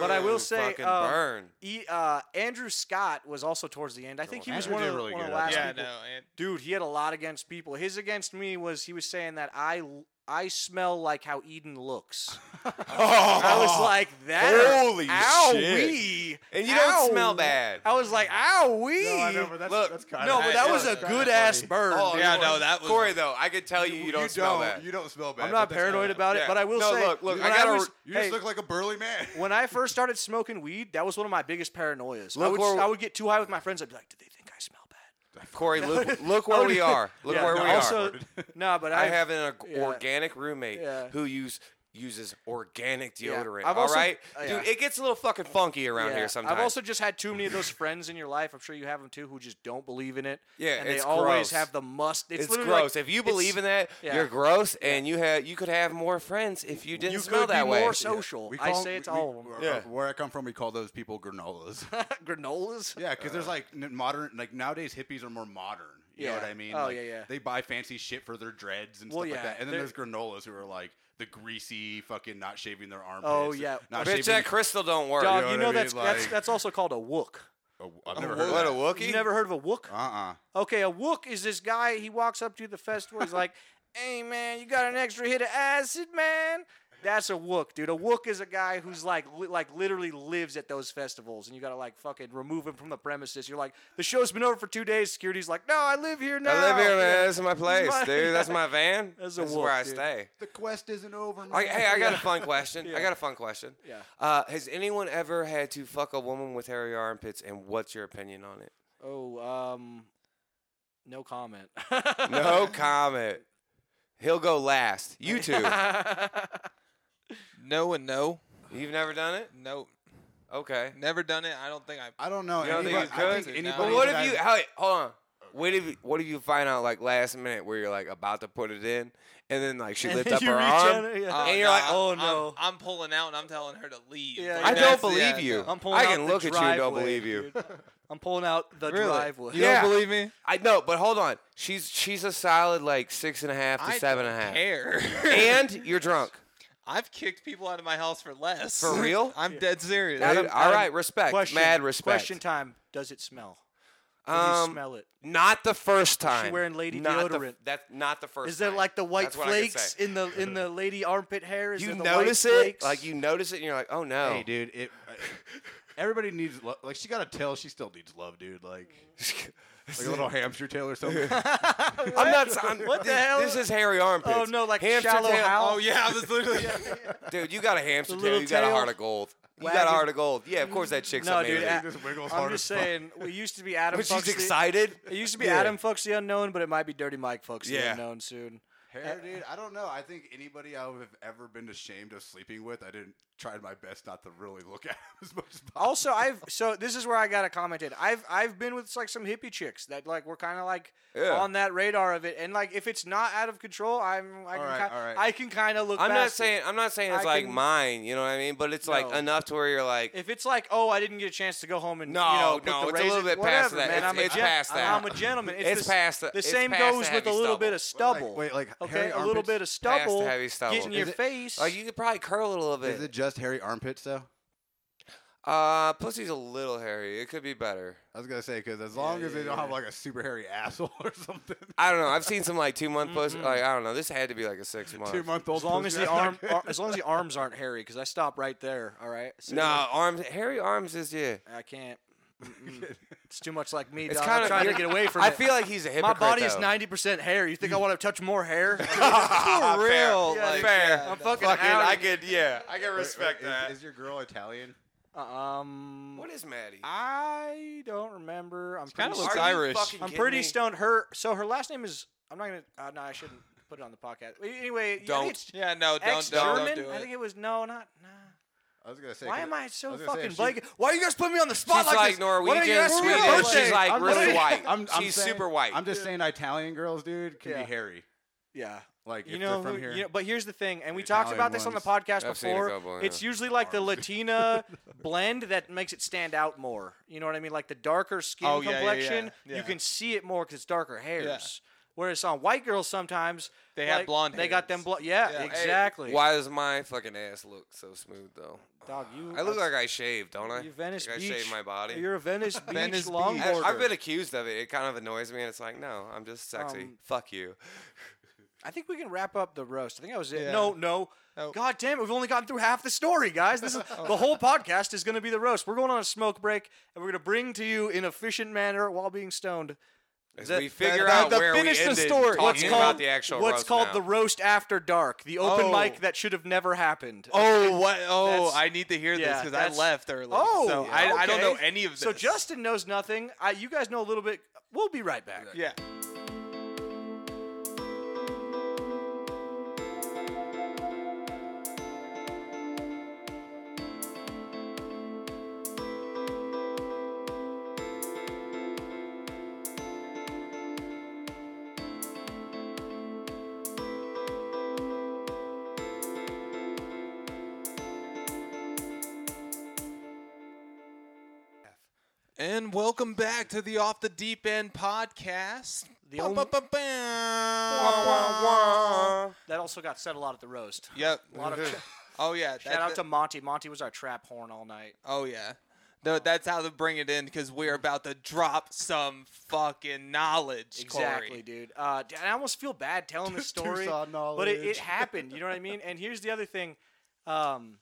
But I will Oh, say, fucking um, burn. E, uh, Andrew Scott was also towards the end. I think he was Andrew one of, did the, really one of good, the I last thought. yeah, people. no, and Dude, he had a lot against people. His against me was he was saying that I I smell like how Eden looks. [LAUGHS] I [LAUGHS] was like that. Holy owie. Oh. And you don't smell Ow. bad. I was like owie. that's, Look, that's kind no, but that Yeah, was a that's good ass funny. burn. Oh, dude. Yeah, you- no, that was- Corey though. I could tell you, you don't smell don't- bad. You don't smell bad. I'm not That's- paranoid about it, Yeah. but I will No, say, look, look, I when gotta- was- [LAUGHS] You just hey, look like a burly man. when I first started smoking weed, that was one of my biggest paranoias. I Look would, where- I would get too high with my friends. I'd be like, do they think I smell bad? Corey, [LAUGHS] look, look where we are. Look Yeah, where no, we also, are. No, but I, I have an org- yeah. organic roommate Yeah. who use uses organic Yeah. deodorant. I've all also- right, uh, yeah. dude, it gets a little fucking funky around yeah, here sometimes. I've also just had too many of those friends in your life. I'm sure you have them too, who just don't believe in it. Yeah, and they it's always gross. have the must. It's, it's literally like- gross. if you believe it's- in that, yeah. you're gross, and you had you could have more friends if you didn't you smell could that be way. more social. I say it's all of [LAUGHS] them. where- Yeah. Where I come from, we call those people granolas. [LAUGHS] granolas. Yeah, because there's like n- modern, like nowadays hippies are more modern. You know Yeah. what I mean? Oh, Like, yeah, yeah. They buy fancy shit for their dreads and Well, stuff yeah, like that. And then they're- there's granolas who are like the greasy fucking not shaving their armpits. Oh, yeah. Not Bitch, shaving. that crystal don't work. Dog, know you what know, I mean? that's, that's Like- that's also called a wook. Oh, [LAUGHS] I've never what heard a of that. Wookie! You never heard of a wook? Uh-uh. Okay, a wook is this guy. He walks up to the festival. He's [LAUGHS] like, "Hey man, you got an extra hit of acid, man." That's a wook, dude. A wook is a guy who's like, li- like literally lives at those festivals, and you gotta like fucking remove him from the premises. You're like, the show's been over for two days. Security's like, "No, I live here now." I live here, man. Yeah. [LAUGHS] This is my place, my- dude. That's my van. That's a this is wolf, where I dude. stay. The quest isn't over, man. I, hey, I [LAUGHS] got a fun question. I got a fun question. Yeah. Uh, has anyone ever had to fuck a woman with hairy armpits, and what's your opinion on it? Oh, um, no comment. [LAUGHS] [LAUGHS] No comment. He'll go last. [LAUGHS] You two. no and no, You've never done it? no, Okay. never done it. I don't think [LAUGHS] I. I don't know. You don't think anybody, you I could? think No. anybody But what that if you? I've- How, hold on. What if? What if you find out like last minute where you're like about to put it in, and then like she And lifts then up you her reach arm, in, yeah. and you're like, "Oh, I'm- no." I'm, pulling out and I'm telling her to leave. Yeah, Like, I don't that's- believe yeah, you. no. I'm pulling I out can the look at you and don't driveway, believe you. dude. I'm pulling out the driveway. You Yeah. don't believe me? I know, but hold on. She's she's a solid like six and a half to I seven don't and a half. Care. [LAUGHS] And you're drunk. I've kicked people out of my house for less. For real? [LAUGHS] I'm dead serious. Dude, Adam- all Adam, right, respect. Um, Question, Mad respect. Question time. Does it smell? Or do you Um, smell it? Not the first time. wearing lady not the f- deodorant. that's not the first. Is there time. like the white That's what I can flakes say. in the in the lady armpit hair? Is you there the notice white it, flakes? like you notice it, and you're like, oh no. Hey, dude, it. everybody needs love. Like she gotta tell she still needs love, dude. Like, like a little hamster tail or something. [LAUGHS] I'm not. s- I'm, [LAUGHS] What the thi- hell? [LAUGHS] This is hairy armpits. Oh no, like hamster shallow tail. house. Oh yeah, I was literally. [LAUGHS] dude, you got a hamster The tail. little You got a tail. heart of gold. You got a Wagging. heart of gold. Yeah, of course that chick's No, dude, amazing. I- just wiggles I'm hard just as fuck. saying, we used to be Adam. but Fucks she's the- excited. It used to be Yeah. Adam Fucks the unknown, but it might be Dirty Mike Fucks the Yeah. unknown soon. Hair, dude, I don't know. I think anybody I would have ever been ashamed of sleeping with, I didn't tried my best not to really look at [LAUGHS] as much as possible. Also, I've so this is where I gotta comment in. I've I've been with like some hippie chicks that like we're kind of like Yeah. on that radar of it, and like if it's not out of control, I'm I can Alright, ki- alright. I can kind of look. I'm not past it. saying. I'm not saying it's I like can- mine. You know what I mean? But it's like No. enough to where you're like, If it's like, oh, I didn't get a chance to go home and No, you know, no, put the it's a little raisin- bit whatever, past that. Man, It's- I'm a it's gen- past that. I'm a gentleman. It's, It's the, s- past the- The it's same past the goes with heavy a little bit of Well, like- stubble. wait, like, okay, hairy a little armpits? bit of the stubble, heavy stubble. get in Is your it- face. like you could probably curl a little bit. Is it just hairy armpits though? Uh, pussy's a little hairy. It could be better. I was gonna say because as long as they don't have like a super hairy asshole [LAUGHS] or something, I don't know. I've seen some like two month Mm-hmm. pussy. Like I don't know. This had to be like a six month. two month old. as long as the arm, ar- as long as the arms aren't hairy, because I stop right there. All right. So, No, arms. Hairy arms is yeah. I can't. Mm-mm. it's too much like me. It's dog. kind I'm of trying to get away from I it. feel like he's a my hypocrite. body is though. ninety percent hair. You think I want to touch more [LAUGHS] hair? [LAUGHS] For real, [LAUGHS] Yeah, like, fair. yeah, I'm no. fucking Fucking, out. I could, yeah, I could respect that. Is, your girl Italian? um, what is Maddie? I don't remember. I'm kinda pretty looks sure- Are you Irish. fucking I'm kidding pretty me? stoned. Her so her last name is I'm not gonna. Uh, no, I shouldn't put it on the podcast. Wait, Anyway, yeah, I Don't. think it's Yeah, no, don't, don't, ex-German. don't do I it. think it was no, not nah. I was gonna say. Why 'cause am I so was gonna say, fucking if blank? Why are you guys putting me on the spot She's like like this? Why don't you Norwegian, ask me Swedish. my birthday? She's like I'm really just- white. I'm, I'm She's saying- super white. I'm just saying Italian girls, dude, can Yeah. be hairy. Yeah. Like You if know, they're who- from here. [LAUGHS] you know, but here's the thing, and we The talked Italian about this on the ones. podcast I've seen a before. couple, It's yeah. usually like the Latina blend that makes it stand out more. You know what I mean? Like the darker skin Oh, yeah, yeah, yeah, complexion, yeah. you can see it more because it's darker hairs. Whereas on white girls, sometimes They have like, blonde They got them hairs. blonde. Yeah, Yeah. Hey, exactly. Why does my fucking ass look so smooth though? Dog, you. I look that's- like I shaved, don't I? you Venice like Beach. I shaved my body. You're a Venice Beach Venice Beach. I- longboarder. I've been accused of it. It kind of annoys me, and it's like, no, I'm just sexy. Um, Fuck you. I think we can wrap up the roast. I think that was it. Yeah. Oh. No, no. Nope. God damn it. We've only gotten through half the story, guys. [LAUGHS] This is Oh. the whole podcast is going to be the roast. We're going on a smoke break and we're going to bring to you in efficient manner while being stoned As the- we figure the- out the where finish we the ended story. talking what's about called the actual what's roast called now. the roast after dark, the open Oh. mic that should have never happened. Oh, what? Oh, That's- I need to hear yeah, this because I that's- left early. Oh, so I, I don't okay. know any of this. So Justin knows nothing. I, you guys know a little bit. We'll be right back. yeah. And welcome back to the Off the Deep End podcast. The Bum, only- bum, bum, bum. That also got said a lot at the roast. Yep. A lot of [LAUGHS] Oh yeah. shout out to Monty. Monty was our trap horn all night. Oh yeah. No, that's how to bring it in because we're about to drop some fucking knowledge. Exactly, Corey. dude. Uh, d- and I almost feel bad telling [LAUGHS] the story, Tucson but it, it knowledge. happened. You know what I mean? And here's the other thing: um,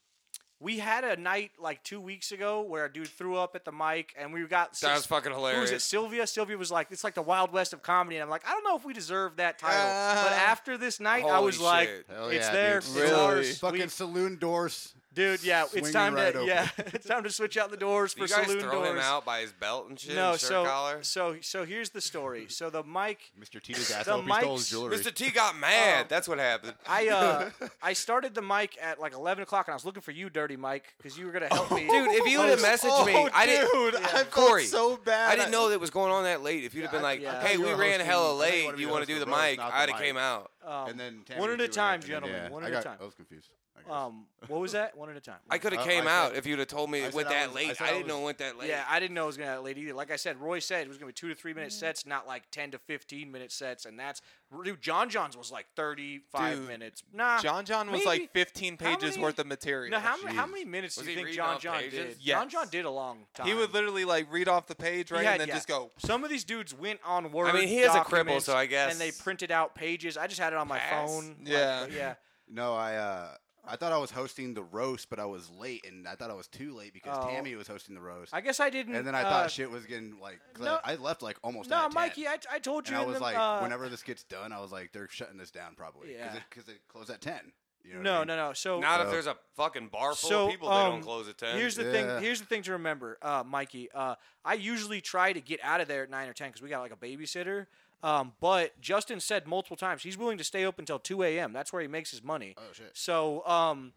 we had a night like two weeks ago where a dude threw up at the mic, and we got That six- was fucking Who was it? hilarious. Sylvia. Sylvia was like, "It's like the Wild West of comedy," and I'm like, "I don't know if we deserve that title." but Uh, after this night, I Uh-huh. Holy was like, shit. Hell "It's yeah, there, dude. it's Really? ours, fucking we- saloon doors. dude." Yeah, it's swinging time right to open. yeah, [LAUGHS] it's time to switch out the doors You for guys saloon throw doors." him out by his belt and shit, no, and shirt so collar. so so here's the story. So the mic. Mr. Tito's asshole. He stole his mics- jewelry. Mr. T got mad. Um, That's what happened. I [LAUGHS] uh, I started the mic at like eleven o'clock, and I was looking for you, Dirty Mike, because you were gonna help me. Dude, if you would have messaged oh, me, I didn't. dude, I felt Corey, so bad. I didn't know that was going on that late. If you'd have been like, yeah. "Hey, You we were hosting- ran I hella thought you late. wanted Do you to want to do do the the roast, mic?" not the I'd have mic. came out. [LAUGHS] um, and then Tammy one at a threw it, time, and then, gentlemen, yeah, one I at a got- time. I was confused. I guess. Um, what was that? One at a time. I could have I- came I out said- if you'd have told me I it said went I that was- I late. said I, I didn't know it was- went that late. Yeah, I didn't know it was gonna late either. Like I said, Roy said it was gonna be two to three minute sets, not like ten to fifteen minute sets, and that's dude. John John's was like thirty five Dude, minutes. Nah, John John was maybe- like 15 how pages many- worth of material. No, how many, how Jeez. many minutes Was do you he think reading John off John pages? did? John Yes. John did a long time. he would literally like read off the page He right had- and then yeah. just go. Some of these dudes went on Word. he is a cripple, documents, so I guess And they printed out pages. I just had it on my pass. phone. like, Yeah. but yeah. No, I uh, I thought I was hosting the roast, but I was late, and I thought I was too late because Oh. Tammy was hosting the roast, I guess I didn't. and then I uh, thought shit was getting like 'cause no- I I left like almost. No, at 10. Mikey, I, I told you. And I in was the, like, uh, whenever this gets done, I was like, they're shutting this down probably because Yeah. it, closed at ten. You know what I No, mean? no, no. So Not if So- there's a fucking bar full So, of people. They um, don't close at ten. Here's the Yeah. thing. Here's the thing to remember, uh, Mikey. Uh, I usually try to get out of there at nine or ten because we got like a babysitter. Um, but Justin said multiple times he's willing to stay open until two a.m. That's where he makes his money. Oh shit. So um,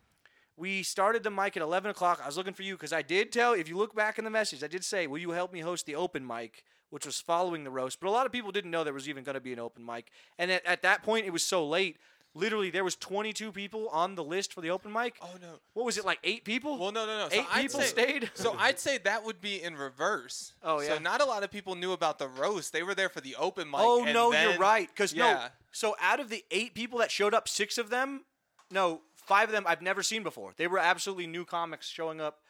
we started the mic at eleven o'clock. I was looking for you because I did tell. If you look back in the message, I did say, "Will you help me host the open mic?" Which was following the roast, but a lot of people didn't know there was even going to be an open mic. And at, at that point, it was so late. Literally, there was 22 people on the list for the open mic. Oh no. What was it like? Eight people? Well, no, no, no. So Eight I'd people say- stayed? So I'd say that would be in reverse. Oh, So yeah. not a lot of people knew about the roast. They were there for the open mic. oh and no, then- you're right. Because no, yeah. so out of the eight people that showed up, six of them, no, five of them I've never seen before. They were absolutely new comics showing up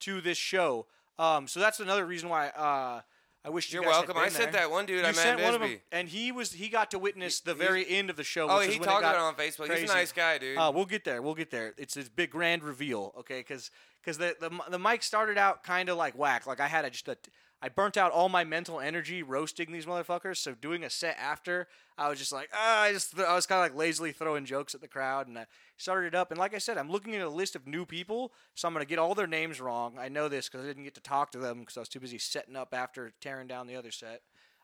to this show. Um, so that's another reason why uh, I wish you You're guys had welcome. I been sent there. that one dude You I met sent in one of them, Bisbee. and he was he got to witness the very end of the show. Oh, which is he when it talked got about it on Facebook. Crazy. He's a nice guy, dude. Uh, we'll get there. We'll get there. It's this big grand reveal, okay? Because the, the the mic started out kind of like whack. Like I had a, just a, I burnt out all my mental energy roasting these motherfuckers. So doing a set after, I was just like, ah, I just I was kind of like lazily throwing jokes at the crowd, and I started it up. And like I said, I'm looking at a list of new people, so I'm gonna get all their names wrong. I know this because I didn't get to talk to them because I was too busy setting up after tearing down the other set.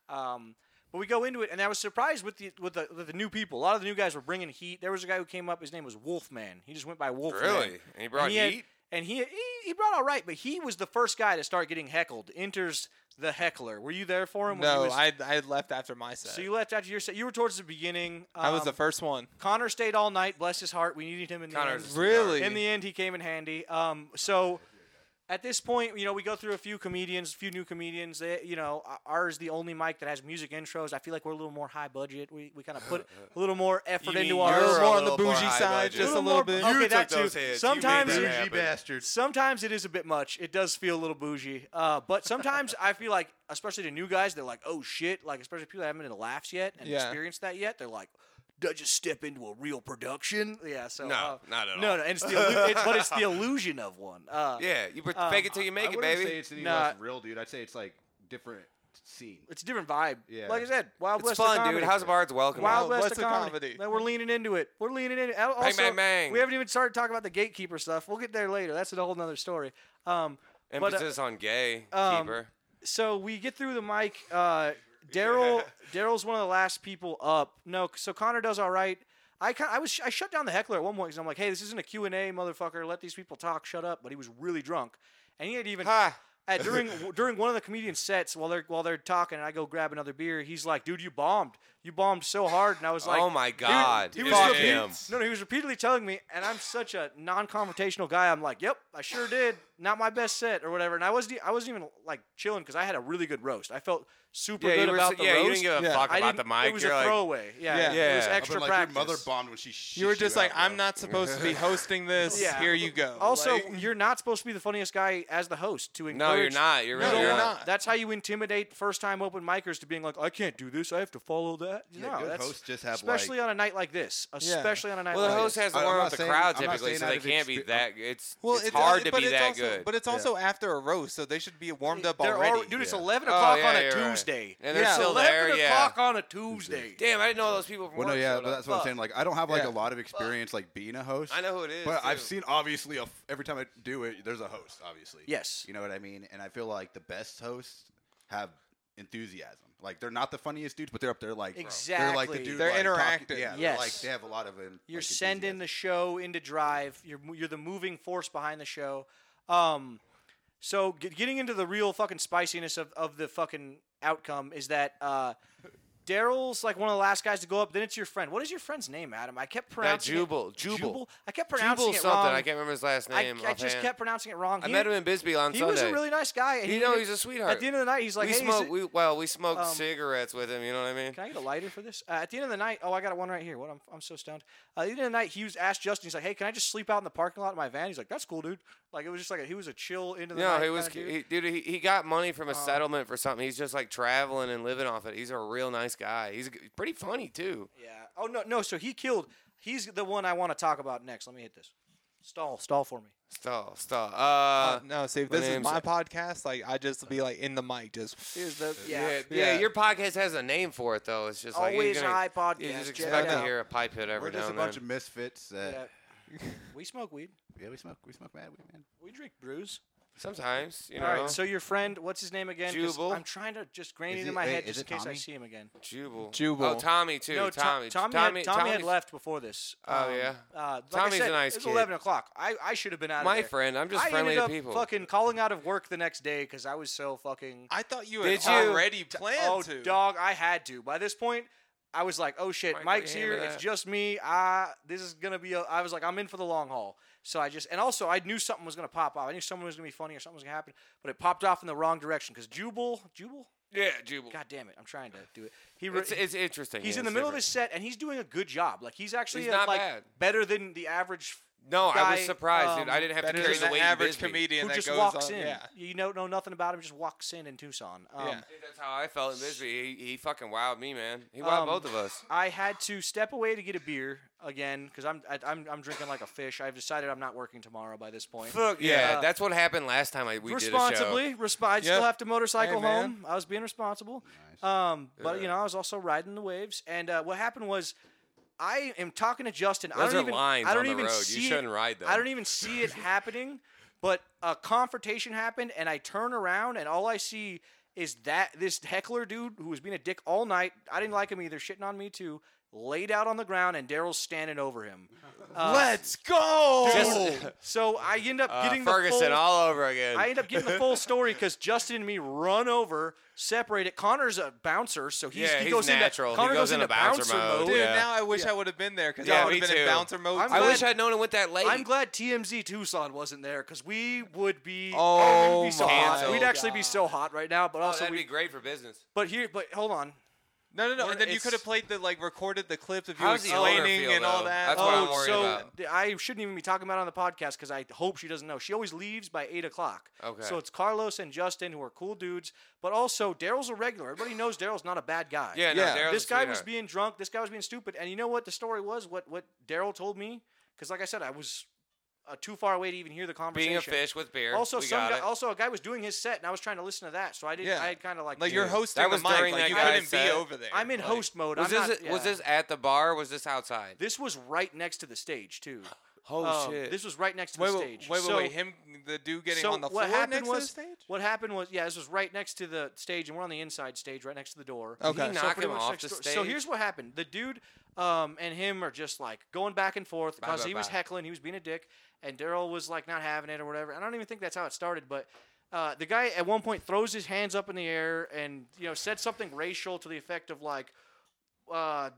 Um, but we go into it, and I was surprised with the with the, with the new people. A lot of the new guys were bringing heat. There was a guy who came up. His name was Wolfman. He just went by Wolfman. really? And he brought And he had- heat. and he, he he brought all right, but he was the first guy to start getting heckled. Enters the heckler. Were you there for him? when he No, was- I I had left after my set. So you left after your set. You were towards the beginning. Um, I was the first one. Connor stayed all night. Bless his heart. We needed him in Connor's the end. just a Really? In the end, he came in handy. Um, so at this point, you know, we go through a few comedians, a few new comedians. They, you know, o- ours the only mic that has music intros. I feel like we're a little more high budget. We, we kind of [LAUGHS] put a little more effort mean into you're ours. You're a more on the little more bougie high side, budget. just a Little little more- bit. okay, you that took those too. hits. Sometimes- you made that Bougie happen. bastard. Sometimes it is a bit much. It does feel a little bougie. Uh, but sometimes I feel like, especially to new guys, they're like, oh shit. Like, especially people that haven't been to laughs yet and Yeah. experienced that yet, they're like, did I just step into a real production? Yeah, so. No, uh, not at all. No, no, and it's the, illu- it's, but it's [LAUGHS] the illusion of one. Uh, Yeah, you pre- fake it till you I make it, wouldn't say baby. it's any Nah. less real, dude. I'd say it's like different scene. It's a different vibe. Yeah. Like I said, Wild It's West. of fun, comedy. dude. House of Bards, welcome. Wild Wow, West, West of of comedy. comedy. Man, we're leaning into it. We're leaning into it. Al- Also, bang, bang. We haven't even started talking about the gatekeeper stuff. We'll get there later. That's a whole nother story. Um, but, uh, Emphasis on gay. um, keeper. so we get through the mic. [LAUGHS] Uh, Daryl, Daryl's one of the last people up. No, so Connor does all right. I kind I was I shut down the heckler at one point because I'm like, hey, this isn't a Q and A, motherfucker. Let these people talk. Shut up. But he was really drunk, and he had even Ha. at, during [LAUGHS] during one of the comedian sets while they're while they're talking, and I go grab another beer. He's like, "Dude, you bombed! You bombed so hard!" And I was like, oh my God. he was Fuck repeat- him. No, no, he was repeatedly telling me, and I'm such a non-confrontational guy. I'm like, "Yep, I sure did. Not my best set or whatever." And I wasn't, e- I wasn't even like chilling because I had a really good roast. I felt super Yeah, good you, were, about so- the yeah roast. you didn't give a Yeah. fuck I about the didn't- mic. It was You're a like, throwaway. Yeah, Yeah. it was Yeah. I've been I've been extra like, practice. Your mother bombed when she. shit You were you just out, like, bro." I'm not supposed to be hosting this. Yeah. Here you go. Also, Like, you're not supposed to be the funniest guy as the host. To encourage no, you're not. You're No, really you're not. not. That's how you intimidate first-time open micers to being like, I can't do this. I have to follow that. Yeah, no, good that's hosts just have, especially like- on a night like this. Especially on a night Well, the like host this. has to I- I'm warm not up the saying- crowd I'm not typically, saying so out they of can't be expe- that. It's well, it's hard to but be it's that also- good. But it's also after a roast, so they should be warmed up They're already. alre- dude, it's Yeah. 11 Oh, o'clock yeah, on a you're right. Tuesday. And they're Yeah. still 11 there. Yeah. o'clock on a Tuesday. Damn, I didn't know all those people from Well, no, work yeah, showed but up. that's what I'm Fuck. saying. Like, I don't have like Yeah. a lot of experience like being a host. I know who it is, but I've too. seen obviously a f- every time I do it, there's a host. Obviously, Yes. You know what I mean? And I feel like the best hosts have enthusiasm. Like they're not the funniest dudes, but they're up there like They're like the Exactly. dude. They're like, interactive. talking- yeah, Yes. they're, like they have a lot of. um, You're like, sending enthusiasm. the show into drive. You're mo- you're the moving force behind the show. Um, so get, getting into the real fucking spiciness of, of the fucking outcome is that uh, Daryl's like one of the last guys to go up. Then it's your friend. What is your friend's name, Adam? I kept Now, pronouncing it- Jubal, Jubal, Jubal, I kept pronouncing it something. wrong. I can't remember his last I- name. I just offhand. kept pronouncing it wrong. I He- met him in Bisbee on He Sunday. was a really nice guy. and You he know, did- he's a sweetheart. At the end of the night, he's like, we "Hey, is smoked. it- we, well, we smoked um, cigarettes with him. You know what I mean? Can I get a lighter for this? Uh, at the end of the night, oh, I got one right here. What? I'm, I'm so stoned. Uh, at the end of the night, he was asked Justin. He's like, "Hey, can I just sleep out in the parking lot in my van?" He's like, "That's cool, dude." Like it was just like a, he was a chill into the No, night. he was kinda dude. he, dude. He, he got money from a Um, settlement for something. He's just like traveling and living off it. He's a real nice guy. He's g- pretty funny too. Yeah. Oh no, no. So he killed. He's the one I want to talk about next. Let me hit this. Stall, stall for me. Stall, stall. Uh, no, see, if my this is name's- my podcast, like I just be like in the mic, just here's the Yeah. yeah, yeah. Your podcast has a name for it though. It's just like you're Always gonna- high podcast. You just check it expect to out. hear a pipe hit every We're now just a and bunch then. of misfits that yeah. Yeah. We smoke weed. we smoke we smoke mad weed, man. We drink brews. Sometimes, you know. All right. So your friend, what's his name again? 'Cause Jubal. I'm trying to just Is grain it in it- my wait, head is just in it case I Tommy? see him again. Jubal. Jubal. Oh, Tommy too. No, Tom- Tommy. Tommy, Tommy, had, Tommy had Tommy's- left before this. Oh, Um, yeah. Uh, like Tommy's I a said, nice It was kid. eleven o'clock. I, I should have been out. of My there. friend. I'm just I friendly ended to up people. fucking calling out of work the next day because I was so fucking. I thought you Did had you- already planned oh, to. dog, I had to. By this point, I was like, oh shit, Michael, Mike's you here. hammer It's that. just me. I this is gonna be. A, I was like, I'm in for the long haul. So I just and also I knew something was gonna pop off. I knew someone was gonna be funny or something was gonna happen, but it popped off in the wrong direction because Jubal, Jubal, Yeah, Jubal. god damn it, I'm trying to do it. He re- It's, it's interesting. he's yeah, in the it's middle of his different. set and he's doing a good job. Like he's actually He's uh, not like bad. better than the average No, I guy, was surprised, dude. I um, didn't have to Better carry than the the weight. in average Bisbee. comedian who that just goes walks on. in. Yeah. You know know nothing about him, just walks in in Tucson. Um, Yeah. Dude, That's how I felt in Bisbee. He, he fucking wowed me, man. He wowed Um, both of us. I had to step away to get a beer again because I'm I, I'm I'm drinking like a fish. I've decided I'm not working tomorrow by this point. Fuck yeah, Uh, that's what happened last time I, we did a show. responsibly, resp- I still Yep. have to motorcycle Hey, man. home. I was being responsible. Nice. Um, but you Yeah. know, I was also riding the waves. And uh, what happened was, I am talking to Justin. I Those don't are even, lines I don't on the even road. You see shouldn't it, ride I them. don't even see [LAUGHS] it happening. But a confrontation happened, and I turn around, and all I see is that this heckler dude who was being a dick all night. I didn't like him either. Shitting on me too. Laid out on the ground, and Daryl's standing over [LAUGHS] him. Uh, Let's go. Just- [LAUGHS] so I end up Uh, getting the Ferguson full, all over again. I end up getting the [LAUGHS] full story because Justin and me run over, separate it. Connor's a bouncer, so he's, Yeah, he he's goes natural. He into Connor goes into bouncer mode. Dude, Yeah. now I wish I would have been there because Yeah, I would me have been too. in bouncer mode. I'm I too. glad- wish I'd known it went that late. I'm glad TMZ Tucson wasn't there because we would be Oh we'd be so my hot. We'd God. actually be so hot right now, but Oh, also that'd we. be great for business. but here, but hold on. No, no, no. What- and then you it's- could have played the like recorded the clips of you How does the owner explaining feel, and though? all that. That's oh, what I'm worried so about. th- I shouldn't even be talking about it on the podcast because I hope she doesn't know. She always leaves by eight o'clock. Okay. So it's Carlos and Justin who are cool dudes, but also Daryl's a regular. Everybody knows Daryl's not a bad guy. Yeah, no, Yeah. Daryl's this a guy was sweetheart. being drunk. This guy was being stupid. And you know what the story was? What what Daryl told me? Because like I said, I was uh, too far away to even hear the conversation. being a fish with beer. Also, we some got guy, oh, it. also a guy was doing his set, and I was trying to listen to that. So I did. not Yeah. I had kind of like, like you're dude, hosting that the was mic, during like, that you guy's couldn't set. be over there. I'm in Like, host mode. was I'm this not, was yeah. this at the bar? or Was this outside? This was right next to the stage too. oh Um, shit! This was right next to Wait, the wait, stage. wait, wait, so, wait, him, the dude getting so on the what floor happened next was to the stage. what happened was yeah, this was right next to the stage, and we're on the inside stage, right next to the door. Okay. Did he knock pretty him much off next the door. stage? So here's what happened: the dude um, and him are just like going back and forth Bye, because bye, he was bye. heckling, he was being a dick, and Daryl was like not having it or whatever. I don't even think that's how it started, but. Uh, the guy at one point throws his hands up in the air and you know said something racial to the effect of like, uh,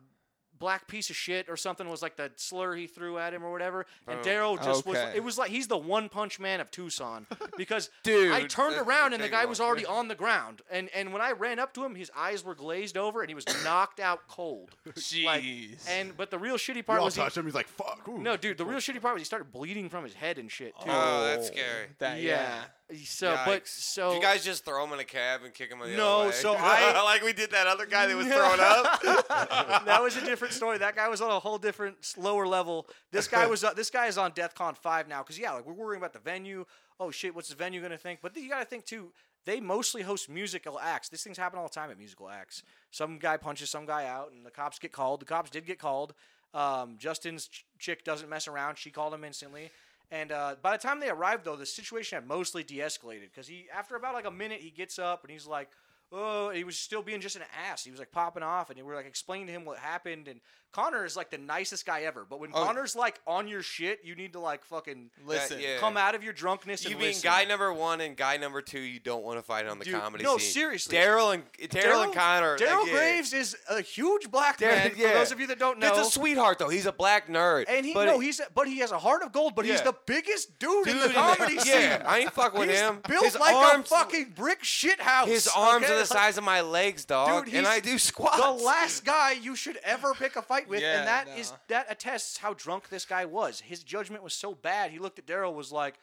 "black piece of shit" or something was like the slur he threw at him or whatever. And Boom. Daryl just was Okay. it was like he's the one punch man of Tucson because Dude, I turned that's around and a the big guy was one. already on the ground. And and when I ran up to him, his eyes were glazed over and he was knocked out cold. Like, Jeez. and but the real shitty You part all was he, touch him, he's like, fuck. ooh." no, dude. The real shitty part was he started bleeding from his head and shit too. oh, that's scary. That, yeah. So, but Yikes. so Did you guys just throw him in a cab and kick him on the No, other way? [LAUGHS] so I- like we did that other guy that was [LAUGHS] throwing up. that was a different story. That guy was on a whole different s- lower level. This guy was uh, this guy is on DeathCon five now because yeah, like we're worrying about the venue. Oh shit, what's the venue gonna think? But you gotta think too. They mostly host musical acts. These things happen all the time at musical acts. Some guy punches some guy out, and the cops get called. The cops did get called. Um, Justin's ch- chick doesn't mess around. She called him instantly. And uh, by the time they arrived, though, the situation had mostly de-escalated because he, after about like a minute, he gets up and he's like, oh, he was still being just an ass. He was like popping off, and we were like explaining to him what happened. And Connor is like the nicest guy ever, but when Oh. Connor's like on your shit, you need to like fucking Listen, yeah. come out of your drunkenness. You and mean listen. guy number one and guy number two? You don't want to fight on the Dude, comedy no, scene. seriously. Daryl and Daryl and Connor. Daryl like, yeah. Graves is a huge black Dar- man. yeah. For those of you that don't know, That's a sweetheart though. He's a black nerd. and he but no, he's but he has a heart of gold. But he's Yeah. the biggest dude, in Dude, the comedy yeah, scene. I ain't fucking with He's him. built his like arms, a fucking brick shit house. His arms okay? are the Like, size of my legs, dog. Dude, and he's I do squats. The last guy you should ever pick a fight with, Yeah, and that is no. that attests how drunk this guy was. His judgment was so bad. He looked at Daryl, was like,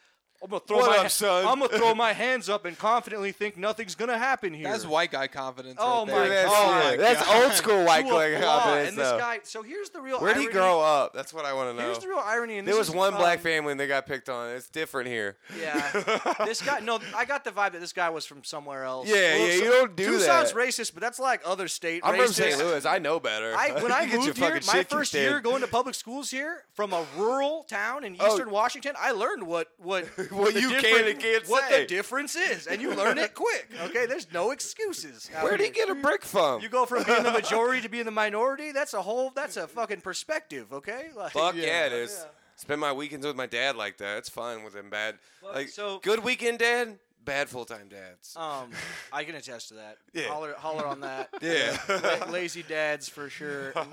"I'm gonna throw What my up, son?" I'm gonna [LAUGHS] throw my hands up and confidently think nothing's gonna happen here." That's white guy confidence. Oh right my there. Dude, that's, God. yeah, that's old school To white a boy flaw. confidence, And this though. guy. So here's the real. Where'd he irony- grow up? That's what I want to know. Here's the real irony. And there this was is, one black um, family and they got picked on. It's different here. [LAUGHS] Yeah, this guy. No, I got the vibe that this guy was from somewhere else. Yeah, yeah, you don't do that. Tucson's racist, but that's like other state. I'm racist. from St. Louis. I know better. I, when I [LAUGHS] You get your moved here, fucking my shit kicked first in. year going to public schools here from a rural town in Oh. eastern Washington, I learned what what [LAUGHS] What the you can different- and can't what say. the difference is, and you learn it quick. Okay, there's no excuses. out [LAUGHS] Where'd he here. get a brick from? You go from being [LAUGHS] the majority to being the minority. That's a whole. That's a fucking perspective. Okay. [LAUGHS] Like, Fuck yeah, it is. Yeah. Spend my weekends with my dad like that. It's fun with him, bad. Well, like so- good weekend, dad. Bad full time dads. Um, I can attest to that. Yeah. Holler, holler on that. [LAUGHS] yeah. La- lazy dads for [LAUGHS] sure. Um,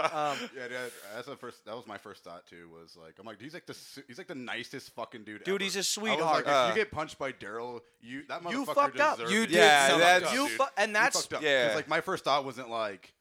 Yeah, dude, that's the first. That was my first thought too. Was like, I'm like, he's like the su- he's like the nicest fucking dude. Dude, ever. he's a I was sweetheart. like, Uh, if you get punched by Daryl, you that motherfucker You fucked up. deserved You it. did Yeah, something that's- up, you dude. fu- and You that's fucked up. Yeah. 'Cause, like my first thought wasn't like,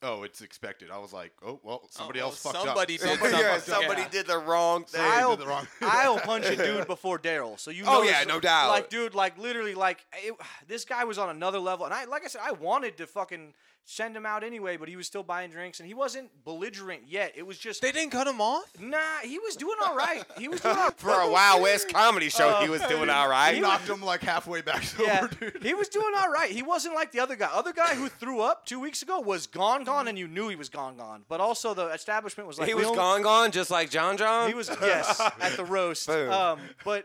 oh, it's expected. I was like, oh well, somebody well, else fucked somebody up. did Somebody yeah, fucked up. somebody did the wrong [LAUGHS] thing. did I'll, the wrong- I'll punch a dude before Daryl. So you know Oh, yeah, it's- no doubt. Like dude, like literally like it, [SIGHS] this guy was on another level and I like I said I wanted to fucking send him out anyway, but he was still buying drinks and he wasn't belligerent yet. It was just They didn't cut him off. Nah, he was doing all right. He [LAUGHS] was doing all right. For a Wild West comedy show, he was doing all I [LAUGHS] right. knocked him like halfway back [LAUGHS] over, Yeah, dude. he was doing all right. He wasn't like the other guy. Other guy who threw up two weeks ago was gone, gone, and you knew he was gone, gone. But also the establishment was like he we was don't- gone, gone, just like John John. He was [LAUGHS] yes at the roast. Boom. Um, but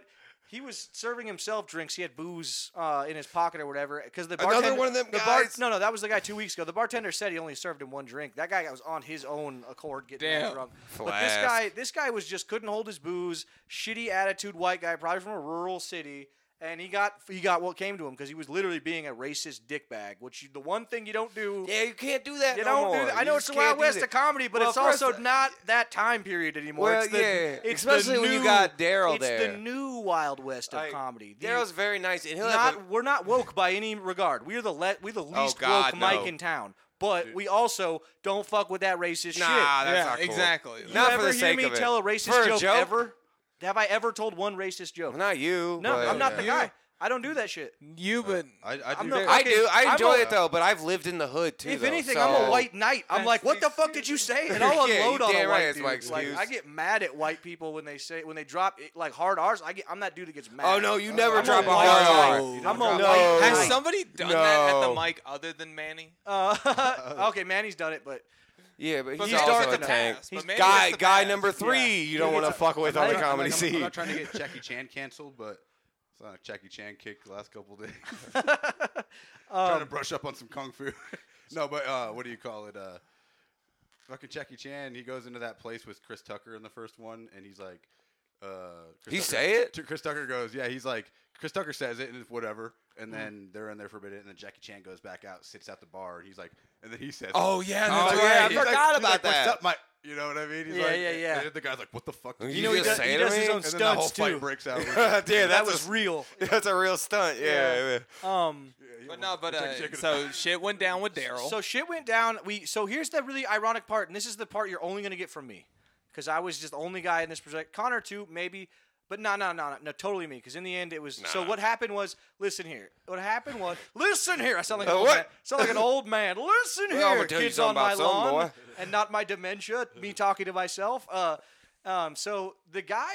he was serving himself drinks. He had booze uh, in his pocket or whatever. Because the Another bartender, one of them the bar- guys. no, no, that was the guy two weeks ago. The bartender said he only served him one drink. That guy was on his own accord getting that Damn. drunk. But this Flask. guy, this guy was just couldn't hold his booze. Shitty attitude, white guy, probably from a rural city. And he got he got what came to him because he was literally being a racist dickbag, which you, the one thing you don't do. yeah, you can't do that. You no don't more. do that. I You know it's just the Wild can't do West that. economy, but Well, it's also first- not that time period anymore. Well, it's the, yeah. it's the Especially when you new- got Daryl it's there. the new Wild West of Like, comedy. The- Daryl's very nice, and he'll have a- not we're not woke by any regard. We're the le- we the least Oh, woke God, no. mic in town, but we also don't fuck with that racist nah, shit. that's yeah, not cool. exactly. You not for ever the hear sake me of it. tell a racist For a joke, joke? ever? Have I ever told one racist joke? Not you. no, but- I'm not the Yeah. guy. I don't do that shit. You, but I, I I'm do. not that. Uh, I fucking- do. I'm I enjoy a- it though, but I've lived in the hood too. If though, anything, so- I'm a white knight. I'm That's like, what the the fuck did you say? And I'll Yeah, unload you on a damn right, white that's dude. my like, excuse. I get mad at white people when they say when they drop it, like hard R's. I get, I'm that dude that gets mad. Oh no, you never I'm drop a a white hard guy. R. I'm a no. white guy. has somebody done that at the No. mic other than Manny? [LAUGHS] Uh, okay, Manny's done it, but [LAUGHS] Yeah, but But he's, he's also dark a in the tank. past, but He's maybe guy, that's the guy past. number three. You don't want to fuck with on I'm the not- I'm comedy like, I'm, I'm scene. not trying to get Jackie Chan canceled, but it's not a Jackie Chan kick the last couple days. trying Um, to brush up on some kung fu. [LAUGHS] no, but uh, what do you call it? Uh, fucking Jackie Chan. He goes into that place with Chris Tucker in the first one, and he's like, uh, Chris He Tucker- say it? T- Chris Tucker goes, yeah. He's like, Chris Tucker says it, and it's whatever. And then they're in there for a minute, and then Jackie Chan goes back out, sits at the bar, and he's like, and then he says, Oh yeah, Oh, that's He's yeah, like- I he's like- forgot he's about like, "What's that." up, my-" You know what I mean? He's Yeah, like, yeah, yeah. And the guy's like, "What the fuck?" did You you know do?" he does, just say he to does his me? own and then the whole stunts fight too. breaks out. yeah, that that's was a, real. [LAUGHS] That's a real stunt. Yeah. Yeah. yeah. Um, But no, but uh, so shit went down with Daryl. so shit went down. We so here's the really ironic part, and this is the part you're only gonna get from me, because I was just the only guy in this project. Connor too, maybe, but no, no, no, no, no totally me. Because in the end, it was. So Nah. what happened was, listen here. What happened was, listen here. I sound like an Uh, old what? man. sound like an old man. Listen here, Well, I'ma tell you kids on something my about something, lawn, boy. and not my dementia. Me talking to myself. Uh, um. So the guy.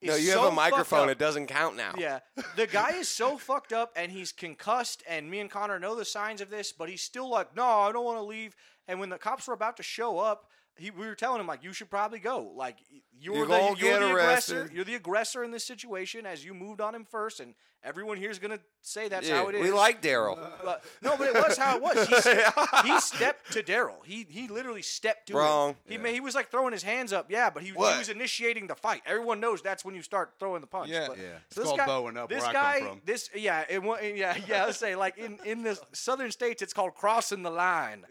Is No, you so have a fucked microphone. up. It doesn't count now. Yeah. The guy is so [LAUGHS] fucked up and he's concussed, and me and Connor know the signs of this, but he's still like, no, I don't want to leave. And when the cops were about to show up, he, we were telling him like you should probably go. Like y- you're, You're the gonna you're get the aggressor. arrested. You're the aggressor in this situation as you moved on him first, and Everyone here is gonna say that's Yeah, how it is. Uh, We like Daryl. [LAUGHS] But- no, but it was how it was. [LAUGHS] He, s- he stepped to Daryl. He he literally stepped to him. Wrong. He ma- he was like throwing his hands up, yeah, but he, he What? was initiating the fight. Everyone knows that's when you start throwing the punch. Yeah. but- Yeah. It's So this called guy, bowing up this where I come guy, from. this yeah, it, wa- [LAUGHS] yeah, yeah. Let's say like in in the southern states, it's called crossing the line.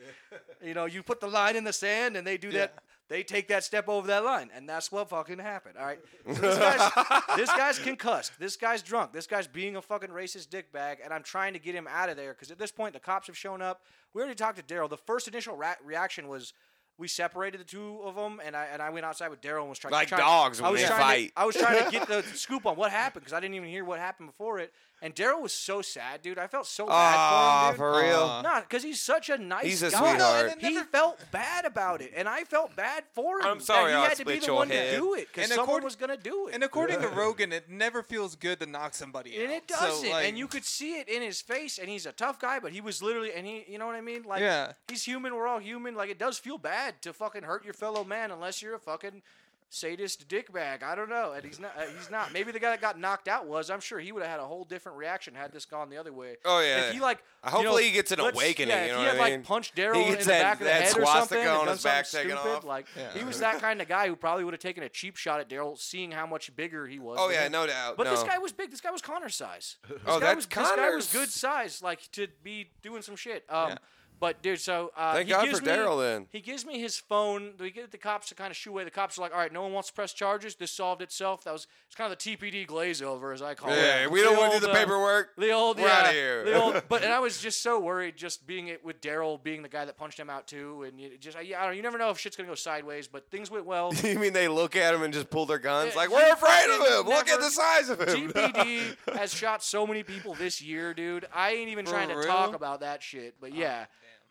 You know, you put the line in the sand, and they do that. They take that step over that line, and that's what fucking happened. All right, so this guy's [LAUGHS] this guy's concussed. This guy's drunk. This guy's being a fucking racist dickbag, and I'm trying to get him out of there because at this point the cops have shown up. We already talked to Daryl. The first initial ra- reaction was. We separated the two of them, and I and I went outside with Daryl and was trying Like trying- dogs I when was they trying to- fight. I was trying to [LAUGHS] get the scoop on what happened because I didn't even hear what happened before it. And Daryl was so sad, dude. I felt so Aw, bad for him, dude. for real. Aw. Nah, because he's such a nice He's a guy. sweetheart. and then He never- felt bad about it, and I felt bad for him. I'm that sorry he I had to be split the your one to head. do it because And someone accord- was gonna do it. And [LAUGHS] according to Rogan, it never feels good to knock somebody out. And it So, doesn't. like, and you could see it in his face. And he's a tough guy, but he was literally, and he, you know what I mean? Like, Yeah. he's human. We're all human. Like, it does feel bad to fucking hurt your fellow man unless you're a fucking sadist dickbag. I don't know. And he's not. Uh, he's not. Maybe the guy that got knocked out was. I'm sure he would have had a whole different reaction had this gone the other way. Oh, yeah. If he like, Uh, you know, hopefully he gets an let's- awakening, Yeah, you if know he what had I like mean? punched Daryl He in gets the that- back of the that head or swastika something, and on done his back something taken stupid, off. Like Yeah. he was that kind of guy who probably would have taken a cheap shot at Daryl, seeing how much bigger he was. Oh than yeah, him. no doubt. But no. this guy was big. This guy was Connor's [LAUGHS] size. This Oh, guy that's was, This guy was Connor's- good size, like to be doing some shit. Um, Yeah. but dude, so uh, Thank he God gives for me- Daryl, then. he gives me his phone. We get the cops to kind of shoo away. The cops are like, "All right, no one wants to press charges. This solved itself." That was it's kind of the TPD glaze over, as I call it. yeah, we don't want to do the old, uh, paperwork. [LAUGHS] the old, We're yeah, outta here. the [LAUGHS] old, but and I was just so worried, just being it with Daryl being the guy that punched him out too, and you just yeah, I don't, know, you never know if shit's gonna go sideways, but things went well. [LAUGHS] you mean they look at him and just pull their guns? Yeah, like you we're afraid of fucking him. Look at never- the size of him. TPD has shot so many people this year, dude. I ain't even For trying to real? talk about that shit. But yeah,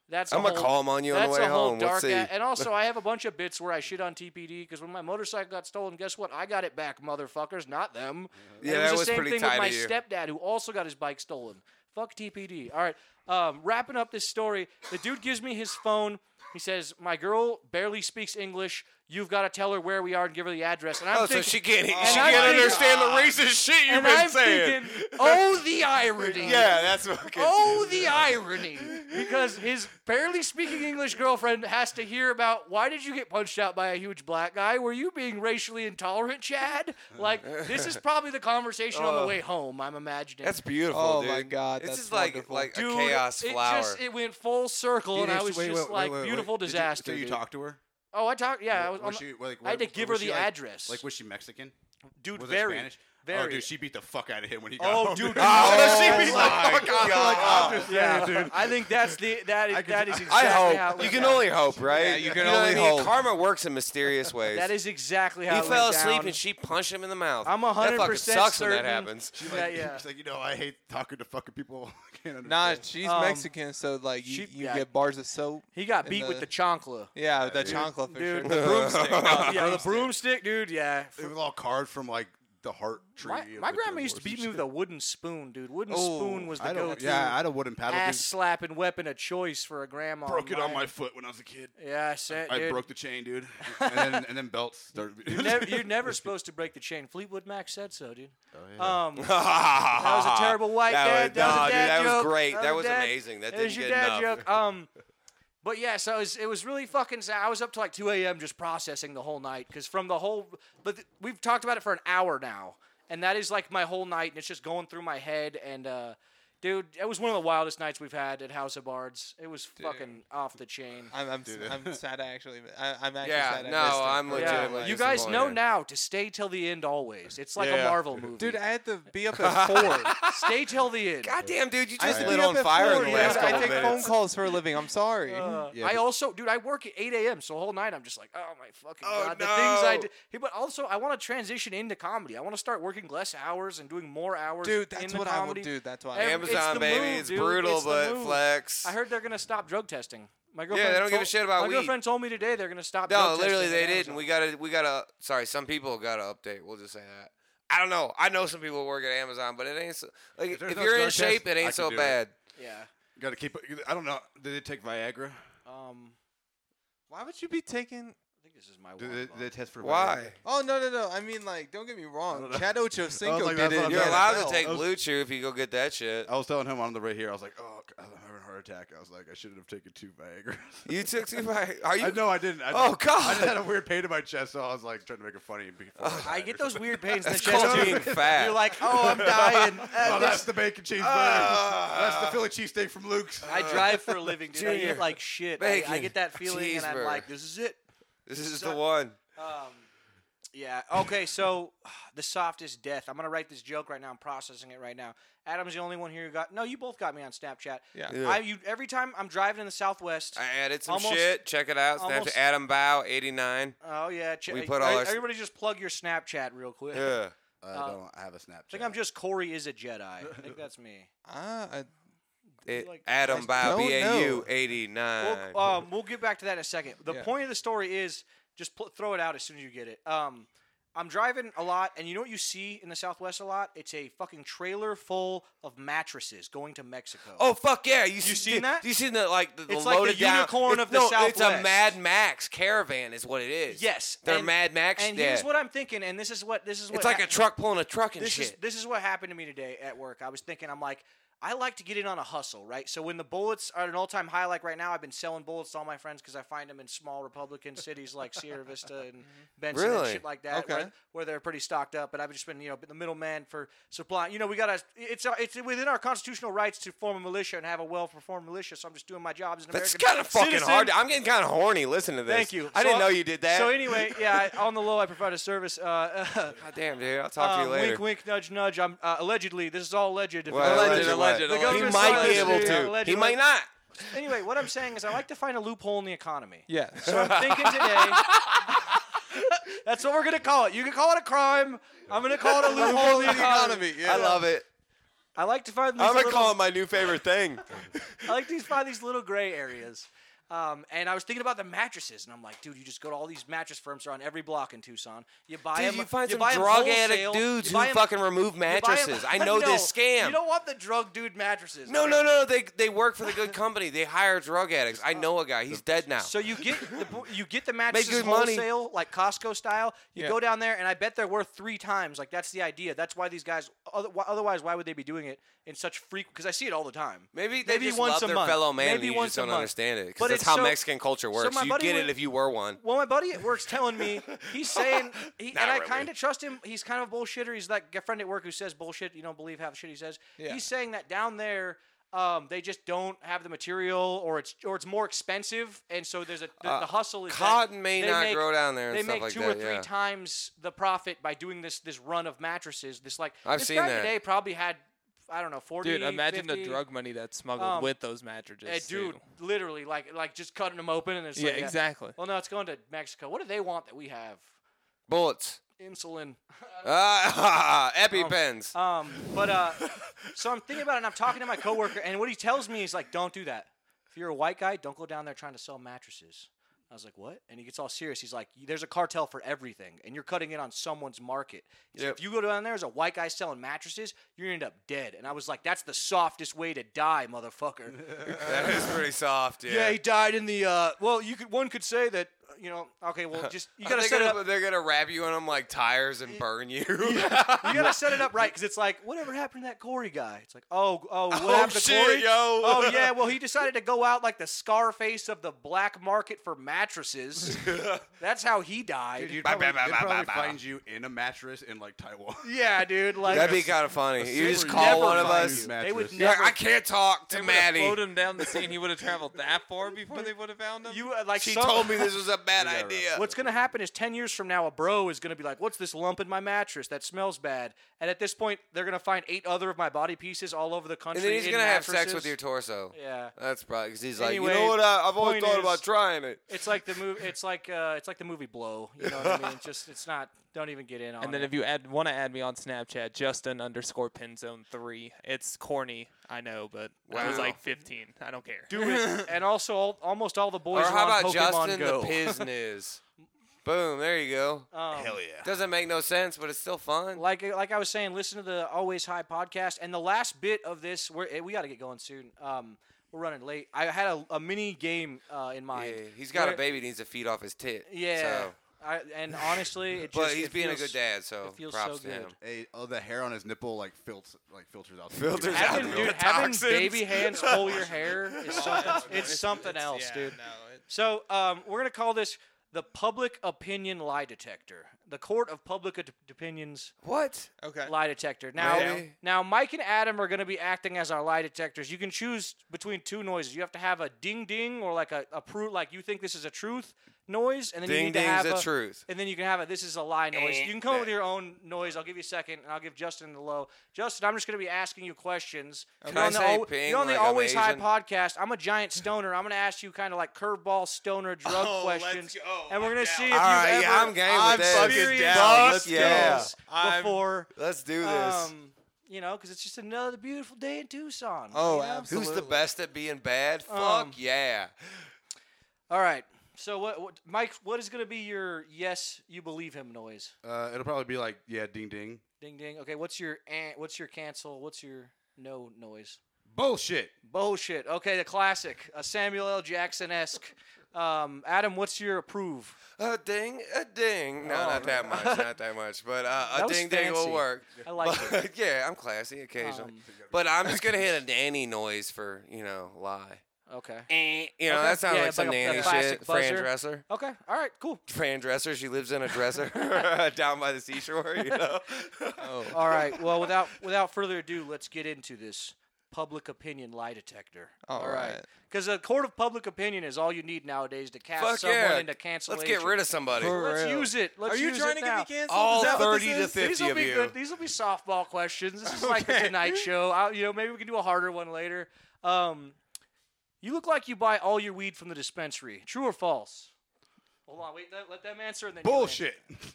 that's. a I'm gonna whole- Oh, call him on you on the that's way a whole home. We'll Dark see. a- and [LAUGHS] also, I have a bunch of bits where I shit on TPD because when my motorcycle got stolen, guess what? I got it back, motherfuckers, not them. And Yeah, it was that the was same pretty thing tight with my of you. stepdad who also got his bike stolen. Fuck TPD. All right, um, wrapping up this story. The dude gives me his phone. He says, "My girl barely speaks English. You've got to tell her where we are and give her the address." And I'm [LAUGHS] Oh, so thinking, she can't. She I'm can't thinking- understand the racist shit you've and been I'm saying. thinking, oh, the irony. [LAUGHS] [LAUGHS] yeah, that's fucking. Oh, the irony. Because his barely speaking English girlfriend has to hear about why did you get punched out by a huge black guy? Were you being racially intolerant, Chad? Like, this is probably the conversation on the Oh. way home, I'm imagining. [LAUGHS] That's beautiful, Oh, dude. my God, This that's is like wonderful. like Dude, a chaos it flower. just it went full circle, and I was just like, beautiful disaster. Did you, dude. talk to her? Oh, I talked. Yeah, I was. Or On she- the, like, I had to what- give her was the she, like- address. Like, was she Mexican? dude, Was very, it Spanish? very. Oh, dude, [LAUGHS] she beat the fuck out of him when he got Oh, [LAUGHS] home. dude. Oh, she beat the my fuck out God. of him. I'm just yeah, saying, dude. I think that's the that is I could- that is I exactly I how. hope it you went can down. only hope, right? Yeah, you can know what only I mean? hope. Karma works in mysterious [LAUGHS] ways. That is exactly how he it fell went asleep down. and she punched him in the mouth. I'm That fucking 100% sucks when certain- that happens. [LAUGHS] She's Yeah, like, yeah. she's like, you know, I hate talking to fucking people. [LAUGHS] I can't [LAUGHS] Nah, understand. she's Um, Mexican, so like you, she- you yeah. get bars of soap. he got and beat with the chancla. yeah, the dude. chancla for [LAUGHS] Dude. sure. The broomstick. no, the [LAUGHS] yeah, the broomstick. broomstick, dude. Yeah. it was all carved from like the heart tree. My, of my the grandma Dark used to Horse beat and me shit. with a wooden spoon, dude. Wooden Oh, spoon was the I go don't. to Yeah, I had a wooden paddle. ass dude. slapping weapon of choice for a grandma. broke it on mine. my foot when I was a kid. Yeah, I said, I dude. broke the chain, [LAUGHS] dude, and then and then belts started. You're never, [LAUGHS] you're never supposed to break the chain. Fleetwood Mac said so, dude. Um, that was a terrible white dad. Ah, Was, That was a nah, dude, dad that joke. was great. That That, was was a dad- amazing. That There's didn't your get dad enough. joke. Um, but yeah, so it was, it was really fucking sad. I was up to like 2 a.m. just processing the whole night because from the whole, but th- we've talked about it for an hour now, and that is like my whole night, and it's just going through my head. And uh, dude, it was one of the wildest nights we've had at House of Bards. It was fucking off the chain. I'm, I'm, Dude. I'm sad I actually. I, I'm actually Yeah, sad. I no, missed it. I'm legitimately Yeah, you [LAUGHS] guys know disappointed. now to stay till the end always. It's like a Yeah. Marvel movie. Dude, I had to be up [LAUGHS] at four. stay till the end. Goddamn, dude, you I just used to lit be up on at fire in four, the dude. last I couple take minutes. phone calls for a living. I'm sorry. Uh, Yeah, I but- also, dude, I work at 8 a.m. so the whole night I'm just like, oh my fucking Oh, god, the things I no. do. Hey, but also, I want to transition into comedy. I want to start working less hours and doing more hours. dude, in that's the what I comedy. would do. That's what I Every- would. it's Amazon, the baby, move, it's dude. brutal, It's the but move. flex. I heard they're gonna stop drug testing. My they girlfriend. don't give a told- shit about My weed. girlfriend told me today they're gonna stop. No, drug literally testing they at didn't. We gotta we gotta sorry, some people gotta update. We'll just say that. I don't know. I know some people who work at Amazon, but it ain't so like if, there's no you're in drug test, shape, it I ain't can so do it. bad. Amazon. Got to keep. I don't know. Did they take Viagra? Yeah. Um. Why would you be taking? think this is my Do water they, bottle. they test for Why? Oh no no no! I mean like, don't get me wrong. Chad Ochocinco like, did that's what it. in I'm You're the Yeah, allowed NFL. to take was- Blue Chew if you go get that shit. I was telling him on the way here. I was like, "Oh, God, I'm having a heart attack." I was like, "I should have taken two Viagra." [LAUGHS] You took too [LAUGHS] much. Are you? I know I didn't. I, Oh, I just God. Oh, had a weird pain in my chest, so I was like trying to make it funny. Before Oh, I died get or those something. weird [LAUGHS] pains in the That's chest. called dude. being fat. You're like, oh, [LAUGHS] I'm dying. [LAUGHS] Uh, Oh, this- that's the bacon cheeseburger. Ah. that's the Philly cheesesteak from Luke's. Uh, I drive for a living, dude. I Junior, eat like shit. I, I bacon, get that feeling, and I'm cheeseburger. like, this is it. This is the Suck- one. Um, yeah. Okay. So the softest death. I'm gonna write this joke right now. I'm processing it right now. Adam's the only one here who got. No, you both got me on Snapchat. Yeah. Yeah. I you every time I'm driving in the Southwest. I added some Almost- shit. Check it out. Snap almost- to Adam Bow, [LAUGHS] 89. oh yeah. Ch- We put all our- everybody just plug your Snapchat real quick. Yeah. I don't have a Snapchat. I think I'm just Corey is a Jedi. I think that's [LAUGHS] me. Ah, I- It- like- Adam Bow, don't B know. A U, 89. We'll, um, we'll get back to that in a second. The Yeah. point of the story is just pl- throw it out as soon as you get it. Um, I'm driving a lot, and you know what you see in the Southwest a lot? It's a fucking trailer full of mattresses going to Mexico. Oh fuck yeah! You, see- seen that? You seen the like the, the It's like the loaded down? unicorn it's- of the no, It's a Southwest. Mad Max caravan, is what it is. yes, they're and- Mad Max. And yeah. here's what I'm thinking, and this is what this is what it's like hap- a truck pulling a truck and this shit. is this is what happened to me today at work. I was thinking, I'm like, I like to get in on a hustle, right? So when the bullets are at an all time high, like right now, I've been selling bullets to all my friends because I find them in small Republican cities like Sierra Vista [LAUGHS] and Benson and Really? shit like that, Okay. where, where they're pretty stocked up. But I've just been, you know, been the middleman for supply. You know, we gotta. It's our- it's within our constitutional rights to form a militia and have a well performed militia. So I'm just doing my job as an That's American. kind of fucking citizen. hard. I'm getting kind of horny listening to this. Thank you. I So didn't I- know you did that. So anyway, yeah, I- on the low, I provide a service. Uh, God damn, dude. I'll talk [LAUGHS] to Um, you later. Wink, wink, nudge, nudge. I'm uh, allegedly. This is all alleged. If Well, it's- alleged, alleged, alleged. The He government might be says able it's to. allegedly- He might not. Anyway, what I'm saying is, I like to find a loophole in the [LAUGHS] economy. [LAUGHS] yeah. So I'm thinking today. [LAUGHS] That's what we're gonna call it. You can call it a crime. I'm gonna call it [LAUGHS] a loophole in the economy. economy. Yeah. I love it. I like to find these. I'm gonna little, call it my new favorite thing. I like to find these little gray areas. Um, and I was thinking about the mattresses, and I'm like, dude, you just go to all these mattress firms are on every block in Tucson. You buy Dude, them. you find some buy 'em drug addict wholesale, dudes you who buy 'em- fucking remove you buy 'em- [LAUGHS] mattresses. I know No, this scam. You don't want the drug dude mattresses. no, right? no, no. They they work for the good company. They hire drug addicts. I know a guy. He's dead now. So you get the, bo- you get the mattresses good money. wholesale, like Costco style. You Yeah. go down there, and I bet they're worth three times. Like that's the idea. That's why these guys. Other, wh- otherwise, why would they be doing it in such frequent? Because I see it all the time. Maybe they Maybe just once love a their month. fellow man. Maybe and you once just a don't month. understand it But because that's it's how so- Mexican culture so works. my you buddy get went- it if you were one. Well, my buddy at work's telling me [LAUGHS] he's saying, he, and Not I really. kind of trust him. He's kind of a bullshitter. He's like a friend at work who says bullshit. You don't believe half the shit he says. Yeah. He's saying that down there. Um, they just don't have the material, or it's or it's more expensive, and so there's a the, the hustle is that Uh, Cotton may they not make- grow down there and they stuff make like two that. or three yeah. times the profit by doing this this run of mattresses. This like I've this seen guy that. today probably had I don't know forty. Dude, imagine 50. the drug money that's smuggled Um, with those mattresses. Eh, dude, too. literally like like just cutting them open and it's Yeah, like, exactly. Well, no, it's going to Mexico. What do they want that we have? Bullets. Insulin. Ah, [LAUGHS] [LAUGHS] EpiPens. Um, but uh, so I'm thinking about it, and I'm talking to my coworker, and what he tells me is like, "Don't do that. If you're a white guy, don't go down there trying to sell mattresses." I was like, "What?" And he gets all serious. He's like, "There's a cartel for everything, and you're cutting in on someone's market. He's like, Yep. if you go down there as a white guy selling mattresses, you're gonna end up dead." And I was like, "That's the softest way to die, [LAUGHS] motherfucker." that is pretty soft. Yeah. yeah, he died in the. Uh, well, you could one could say that. You know, okay, well, just you gotta they set it up. gonna, They're gonna wrap you in them like tires and burn [LAUGHS] you. You gotta set it up right because it's like, whatever happened to that Corey guy? It's like, oh, oh, what Oh, happened to shit, Corey? yo. Oh yeah, well he decided to go out like the Scarface of the black market for [LAUGHS] mattresses. That's how he died. Dude, you'd Bah, probably, bah, bah, they'd bah, probably bah, bah. find you in a mattress in like [LAUGHS] Taiwan. yeah, dude, like [LAUGHS] That'd be kind of funny. You just Never call one of mind. us. Mattress. They would You're You're like, never. I can't talk to Maddie. Float him down the sea, and he would have traveled that far before they would have found him. you uh, like She some- told me this [LAUGHS] was a bad Yeah, right. idea. What's gonna happen is ten years from now, a bro is gonna be like, "What's this lump in my mattress that smells bad?" And at this point, they're gonna find eight other of my body pieces all over the country. and then he's in gonna have sex mattresses. with your torso. Yeah. That's probably because he's like, Anyway, you know what? I, I've always point thought is- about trying it. It's like the movie. It's like uh, it's like the movie Blow. You know what I [LAUGHS] mean? Just it's not. Don't even get in on. [LAUGHS] And then it. if you add want to add me on Snapchat, Justin underscore Pinzone three. It's corny, I know, but I was Wow. like 15. I don't care. do it, and also all, almost all the Or boys how are on Pokemon about Justin Go. [LAUGHS] the Pizniz? Boom! There you go. Um, yeah. Doesn't make no sense, but it's still fun. Like like I was saying, listen to the Always High podcast. And the last bit of this, we're, eh, we got to get going soon. Um, We're running late. I had a, a mini game uh, in Yeah, mind. he's got Where- a baby that needs to feed off his tit. Yeah. So. I, and honestly, [LAUGHS] it But just, he's it being a feels- good dad, so it feels props so to good. him. [LAUGHS] Hey, oh, the hair on his nipple like filters, like filters out. the- Filters out Having, the dude, door. having Toxins. Oh, baby hands pull [LAUGHS] your hair is something. It's- It's something it's- else, yeah, dude. No, it, So um, we're gonna call this the public opinion lie detector, the court of public Op- opinions What? okay. lie detector. Now, Really? now Mike and Adam are gonna be acting as our lie detectors. You can choose between two noises. You have to have a ding ding or like a, a pro- like you think this is a truth noise, and then you Ding need to ding's have the a- truth. and then you can have a this is a lie noise. Eh, You can come up with that- your own noise. I'll give you a second, and I'll give Justin the low. Justin, I'm just going to be asking you questions. Can You're I on the, say Al- ping you're on the like I'm Always High Asian? podcast. I'm a giant stoner. I'm going to ask you kind of like curveball [LAUGHS] stoner drug Oh, let's questions, go. Oh, and we're I'm going to down. see if All right, you've yeah, ever I'm game with I've this. Fuck it, experienced down. these Let's go. skills I'm- before. Let's do this. Um, you know, because it's just another beautiful day in Tucson. Oh, you know? absolutely. Who's the best at being bad? Fuck Um, yeah. All right. So what, what, Mike? What is going to be your yes, you believe him noise? Uh, it'll probably be like, yeah, ding ding. Ding ding. Okay, what's your eh, what's your cancel? What's your no noise? Bullshit. Bullshit. Okay, the classic, a Samuel L. Jackson esque. Um, Adam, what's your approve? A ding, a ding. No, Oh, not that much, not that much. But uh, That a was ding ding will fancy. work. I like [LAUGHS] But, [LAUGHS] yeah, I'm classy occasionally. Um, but I'm just gonna hit a nanny noise for you know lie. okay. Eh, You know Okay, that sounds yeah, like some like a- a nanny classic shit. Fran buzzer. Dresser. Okay. All right. Cool. Fran Dresser. She lives in [LAUGHS] a dresser [LAUGHS] down by the seashore. You know. All right. Well, without without further ado, let's get into this public opinion lie detector. All right. Because a court of public opinion is all you need nowadays to cast Fuck someone yeah. into [LAUGHS] Let's cancellation. get rid of somebody. For- Let's real. use it. Let's Are you use trying it to get now. me canceled? All Is that what 30 this to is? 50. These will of be you. good. These will be softball questions. This [LAUGHS] is like the Tonight Show. I, you know, maybe we can do a harder one later. Um, you look like you buy all your weed from the dispensary. True or false? Hold on, wait. That, let them answer and then you answer. Bullshit. [LAUGHS]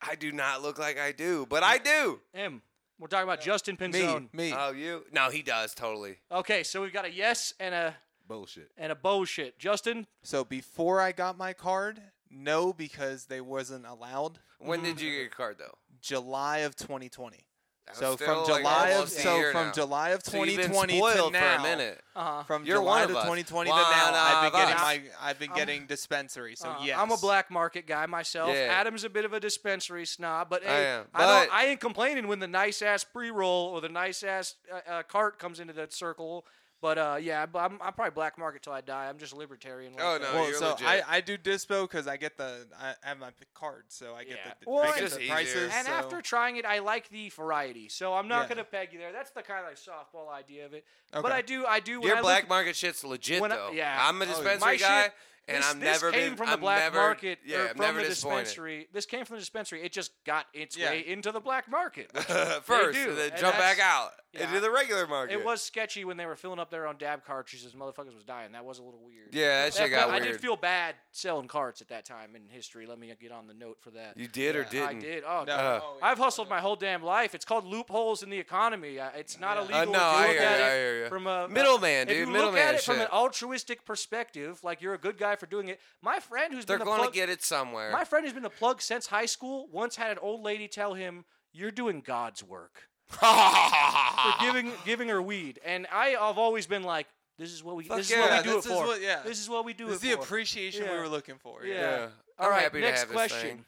I do not look like I do, but I do. Him. We're talking about Justin Pinzone. me. Oh, you? No, he does totally. Okay, so we've got a yes and a Bullshit. and a bullshit. Justin, So before I got my card, no, because they wasn't allowed. When Mm-hmm. did you get your card though? July of 2020. That's So still, from like, July of almost a so year from now. July of So you've been 2020 to spoiled now. for a minute. uh-huh. From You're one July to of us. 2020 One to now, I've of been getting us. my I've been I'm- getting dispensary. So Uh, yes, I'm a black market guy myself. Yeah. Adam's a bit of a dispensary snob, but I hey, am, don't, but- I ain't complaining when the nice ass pre roll or the nice ass uh, uh, cart comes into that circle. But uh, yeah, but I'm, I'm probably black market till I die. I'm just libertarian. like Oh, that. no, Well, you're so legit. I, I do dispo because I get the I have my p- card, so I get Yeah. the, Well, I Makes get it the easier. prices. And so- after trying it, I like the variety, so I'm not Yeah. gonna peg you there. That's the kind of like softball idea of it. But Okay. I do, I do. When I Your look- black market shit's legit when I- though. yeah. I'm a Oh, yeah. dispensary My shit- guy, and this, I've this never came been. from the I'm black never, market. Yeah, or I'm from never the disappointed. dispensary. This came from the dispensary. It just got its Yeah. way into the black market. [LAUGHS] which [LAUGHS] First, do, and then and jump that's- back out yeah. into the regular market. It was sketchy when they were filling up their own dab cartridges. Motherfuckers was dying. That was a little weird. Yeah, that shit That felt- got I weird. did feel bad selling carts at that time in history. Let me get on the note for that. you did or Yeah, didn't? I did. Oh, No, Uh. God. oh, yeah. I've hustled my whole damn life. It's called loopholes in the economy. Uh, It's not Yeah. illegal. Uh, if no, you I look hear at it ya, I hear ya. From a Middleman, if dude, you look middleman at it from an shit. altruistic perspective, like you're a good guy for doing it. My friend who's They're been the going plug, to get it somewhere. [LAUGHS] my friend who's been the plug since high school once had an old lady tell him, "You're doing God's work." for Ah. giving giving her weed. And I have always been like, this is what we Fuck this is yeah, what we do this it is for. what- yeah. This is what we do this is it the for. appreciation we Yeah. were looking for. Yeah. yeah. I'm All right, happy next to have question. This thing.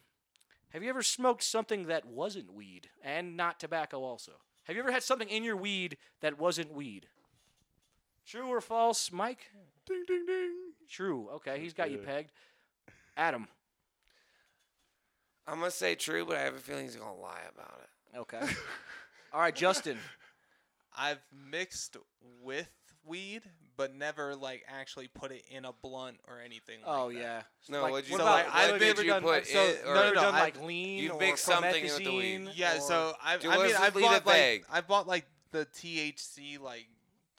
Have you ever smoked something that wasn't weed and not tobacco also? Have you ever had something in your weed that wasn't weed? True or false, Mike? Ding ding ding. True. Okay, he's got you pegged. Adam. I'm gonna say true, but I have a feeling he's gonna lie about it. Okay. [LAUGHS] All right, [LAUGHS] Justin. I've mixed with weed, but never like actually put it in a blunt or anything. Like Oh that. yeah. No, like, what'd you what say? about, Like, what I've have been- you ever you done, put so, it or- no, you've done No, like lean you've or mixed something with the promethazine weed. Yeah, or- so I, Do I us mean, I just leave it bought like vague. I bought like the THC like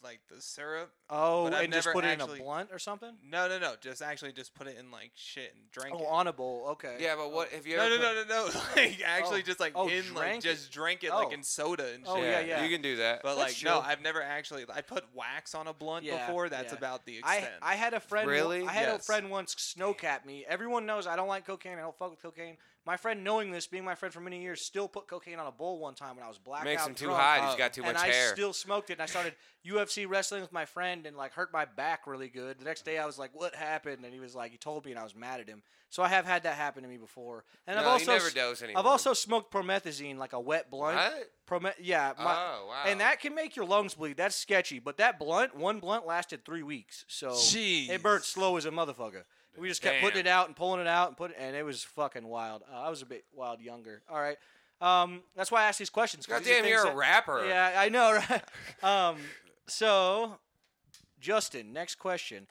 like the syrup. Oh, But I've and just never put it in actually- a blunt or something? No, no, no. Just actually just put it in like shit and drank Oh, it. on a bowl. Okay. Yeah, but what have you no, ever? no, put- no, no, [LAUGHS] no. Like actually Oh. just like Oh, in like drank it. just drank it Oh. like in soda and Oh, shit. yeah, yeah. You can do that. But like That's no, true. I've never actually I put wax on a blunt Yeah, before. That's yeah. about the extent. I, I had a friend. wo- Really? I had a Yes. friend once snow cap me. Everyone knows I don't like cocaine. I don't fuck with cocaine. My friend, knowing this, being my friend for many years, still put cocaine on a bowl one time when I was black. Makes him too drunk, hot. He's uh, got too much and I hair. [LAUGHS] still smoked it, and I started UFC wrestling with my friend, hand and like hurt my back really good. The next day I was like, "What happened?" And he was like, "He told me," and I was mad at him. So I have had that happen to me before. And I've No, you also never s- dose I've anymore. also smoked promethazine like a wet blunt. What? Prome- yeah. my- Oh, wow. And that can make your lungs bleed. That's sketchy. But that blunt, one blunt lasted three weeks. So it burnt Jeez. slow as a motherfucker. We just kept putting Damn. it out and pulling it out and putting, and it was fucking wild. Uh, I was a bit wild younger. All right. Um, that's why I asked these questions. 'cause these are Goddamn, things you're a that- rapper. yeah, I know, right? [LAUGHS] um, so, Justin, next question.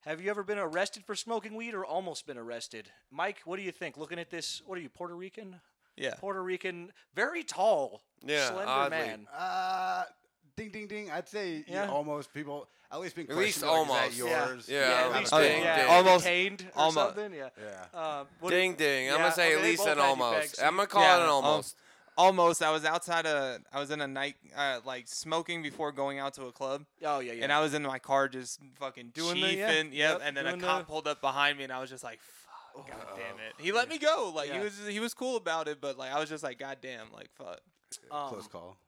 Have you ever been arrested for smoking weed or almost been arrested? Mike, what do you think? Looking at this, what are you, Puerto Rican? Yeah. Puerto Rican, very tall, Yeah, slender oddly. man. Uh, ding, ding, ding. I'd say Yeah. you almost people at least being At least questioned, like, is that yours. almost. Yeah, Yeah, at I'm least a they- ding, yeah, ding. almost Almost- detained or almost. something. Yeah. Yeah. Uh, what do you- Ding ding. I'm Yeah, gonna say okay, at they least both an had you almost. pegged. I'm gonna call Yeah, it an um, almost. Almost. I was outside a. I was in a night, uh, like smoking before going out to a club, Oh yeah, yeah. and I was in my car just fucking Doing doing the- chiefing. yeah. Yep. Yep, And then doing a the- cop pulled up behind me, and I was just like, "Fuck, god damn it." He let me go. Like Yeah. he was, he was cool about it, but like I was just like, "God damn, like fuck." um, Close call.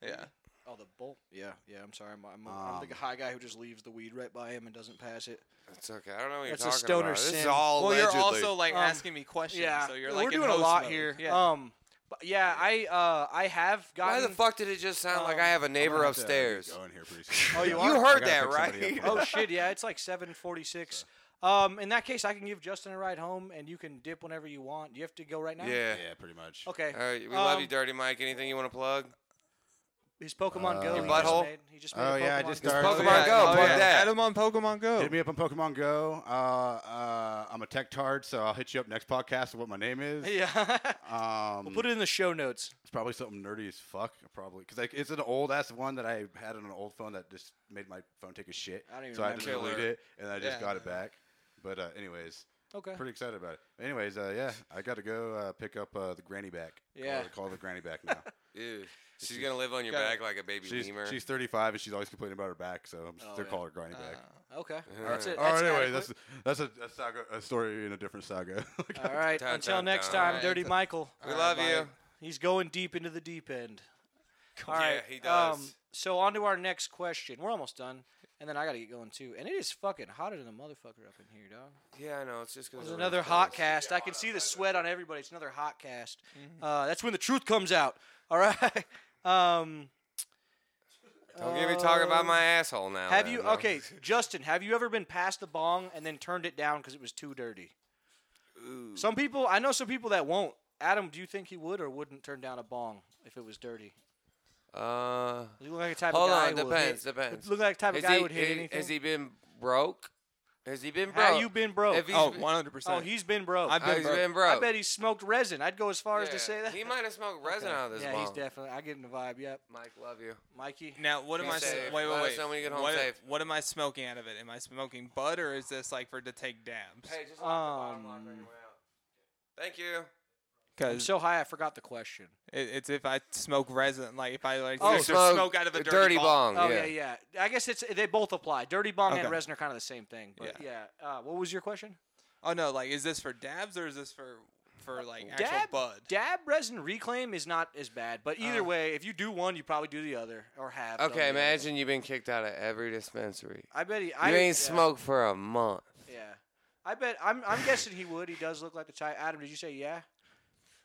Yeah. Oh, the bull. Yeah, yeah. I'm sorry. I'm, I'm, I'm the Um, high guy who just leaves the weed right by him and doesn't pass it. It's okay. I don't know what you're That's a talking stoner about. This is sin. all Well, you're allegedly. also like Um, asking me questions, Yeah, so you're we're like in doing a host lot mode. here. Yeah. Um, but yeah, I uh, I have Why gotten. [LAUGHS] the fuck did it just sound like um, I have a I'm neighbor gonna have to upstairs? go in here [LAUGHS] pretty soon. Oh, you Yeah. are? You I heard gotta that pick somebody right? up. oh shit, yeah, it's like 746. Um, in that case, I can give Justin a ride home, and you can dip whenever you want. You have to go right now. Yeah. Yeah, [LAUGHS] pretty much. Okay. All right, we love you, Um, Dirty Mike. Anything you want to plug? His Pokemon Uh, Go. Your he just butthole? made- He just made a Oh, yeah, I Pokemon just Go. started. Pokemon yeah. Go, oh, plug yeah. that. Add him on Pokemon Go. Hit me up on Pokemon Go. Uh, uh, I'm a tech tard, so I'll hit you up next podcast with what my name is. Yeah. Um, [LAUGHS] we'll put it in the show notes. It's probably something nerdy as fuck, probably. Because like, it's an old ass one that I had on an old phone that just made my phone take a shit. I don't even so I had to remember. delete it, and I just Yeah. got it back. But uh, anyways, Okay. pretty excited about it. Anyways, uh, yeah, I got to go uh, pick up uh, the granny back. Yeah. call her, call her the granny back now. Ew. She's gonna live on your Got it. back like a baby she's lemur. she's 35 and she's always complaining about her back, so I'm Oh, still yeah. calling her granny Uh, back. Okay. All That's right. it. All right, That's anyway, adequate. that's that's a, a saga, a story in a different saga. [LAUGHS] All right. Dun, Until dun, next dun. time, Alright. Dirty Michael. we love bye. you. He's going deep into the deep end. All Yeah, right. he does. Um, so on to our next question. We're almost done, and then I gotta get going too. And it is fucking hotter than a motherfucker up in here, dog. Yeah, I know. It's just gonna. It's another hot cast. I can see the sweat on everybody. It's another hot cast. Mm-hmm. Uh, that's when the truth comes out. All right. [LAUGHS] Um, Don't get me talking about my asshole now. have man, you no. okay, Justin? Have you ever been past the bong and then turned it down because it was too dirty? Some people, I know some people that won't. Adam, do you think he would or wouldn't turn down a bong if it was dirty? Uh, Does he look like a type Hold of guy? on, who will hit- depends, depends. Look like the type of has guy he, who would hit i- anything. Has he been broke? Has he been broke? Have you been broke? If he's Oh, been- 100 oh, percent. he's been broke. I've Oh, he's been broke. been broke. I bet he smoked resin. I'd go as far as Yeah. to say that. He might have smoked resin out of this yeah, he's bong. definitely. I get the vibe. Yep, Mike, love you. Mikey. Now, what am Be I? s- safe. Wait, Let wait, us wait. know when you get home what, safe. what am I smoking out of it? Am I smoking bud or is this like for to take dabs? Hey, just lock the bottom lock on your Um, way Thank you. I'm Because so high, I forgot the question. it, it's if I smoke resin, like if I like Oh, smoke, smoke smoke out of a a dirty, dirty bong. bong. Oh yeah. yeah. yeah, I guess it's they both apply. Dirty bong and Okay. resin are kind of the same thing. But yeah, Uh, what was your question? Oh no, like is this for dabs or is this for for like actual Dab, bud? dab resin reclaim is not as bad, but either Uh. way, if you do one, you probably do the other or have. done the other. Okay, imagine you've been kicked out of every dispensary. I bet he. You I, ain't yeah, smoked for a month. Yeah, I bet. I'm. I'm guessing he would. He does look like the type. Adam, did you say yeah?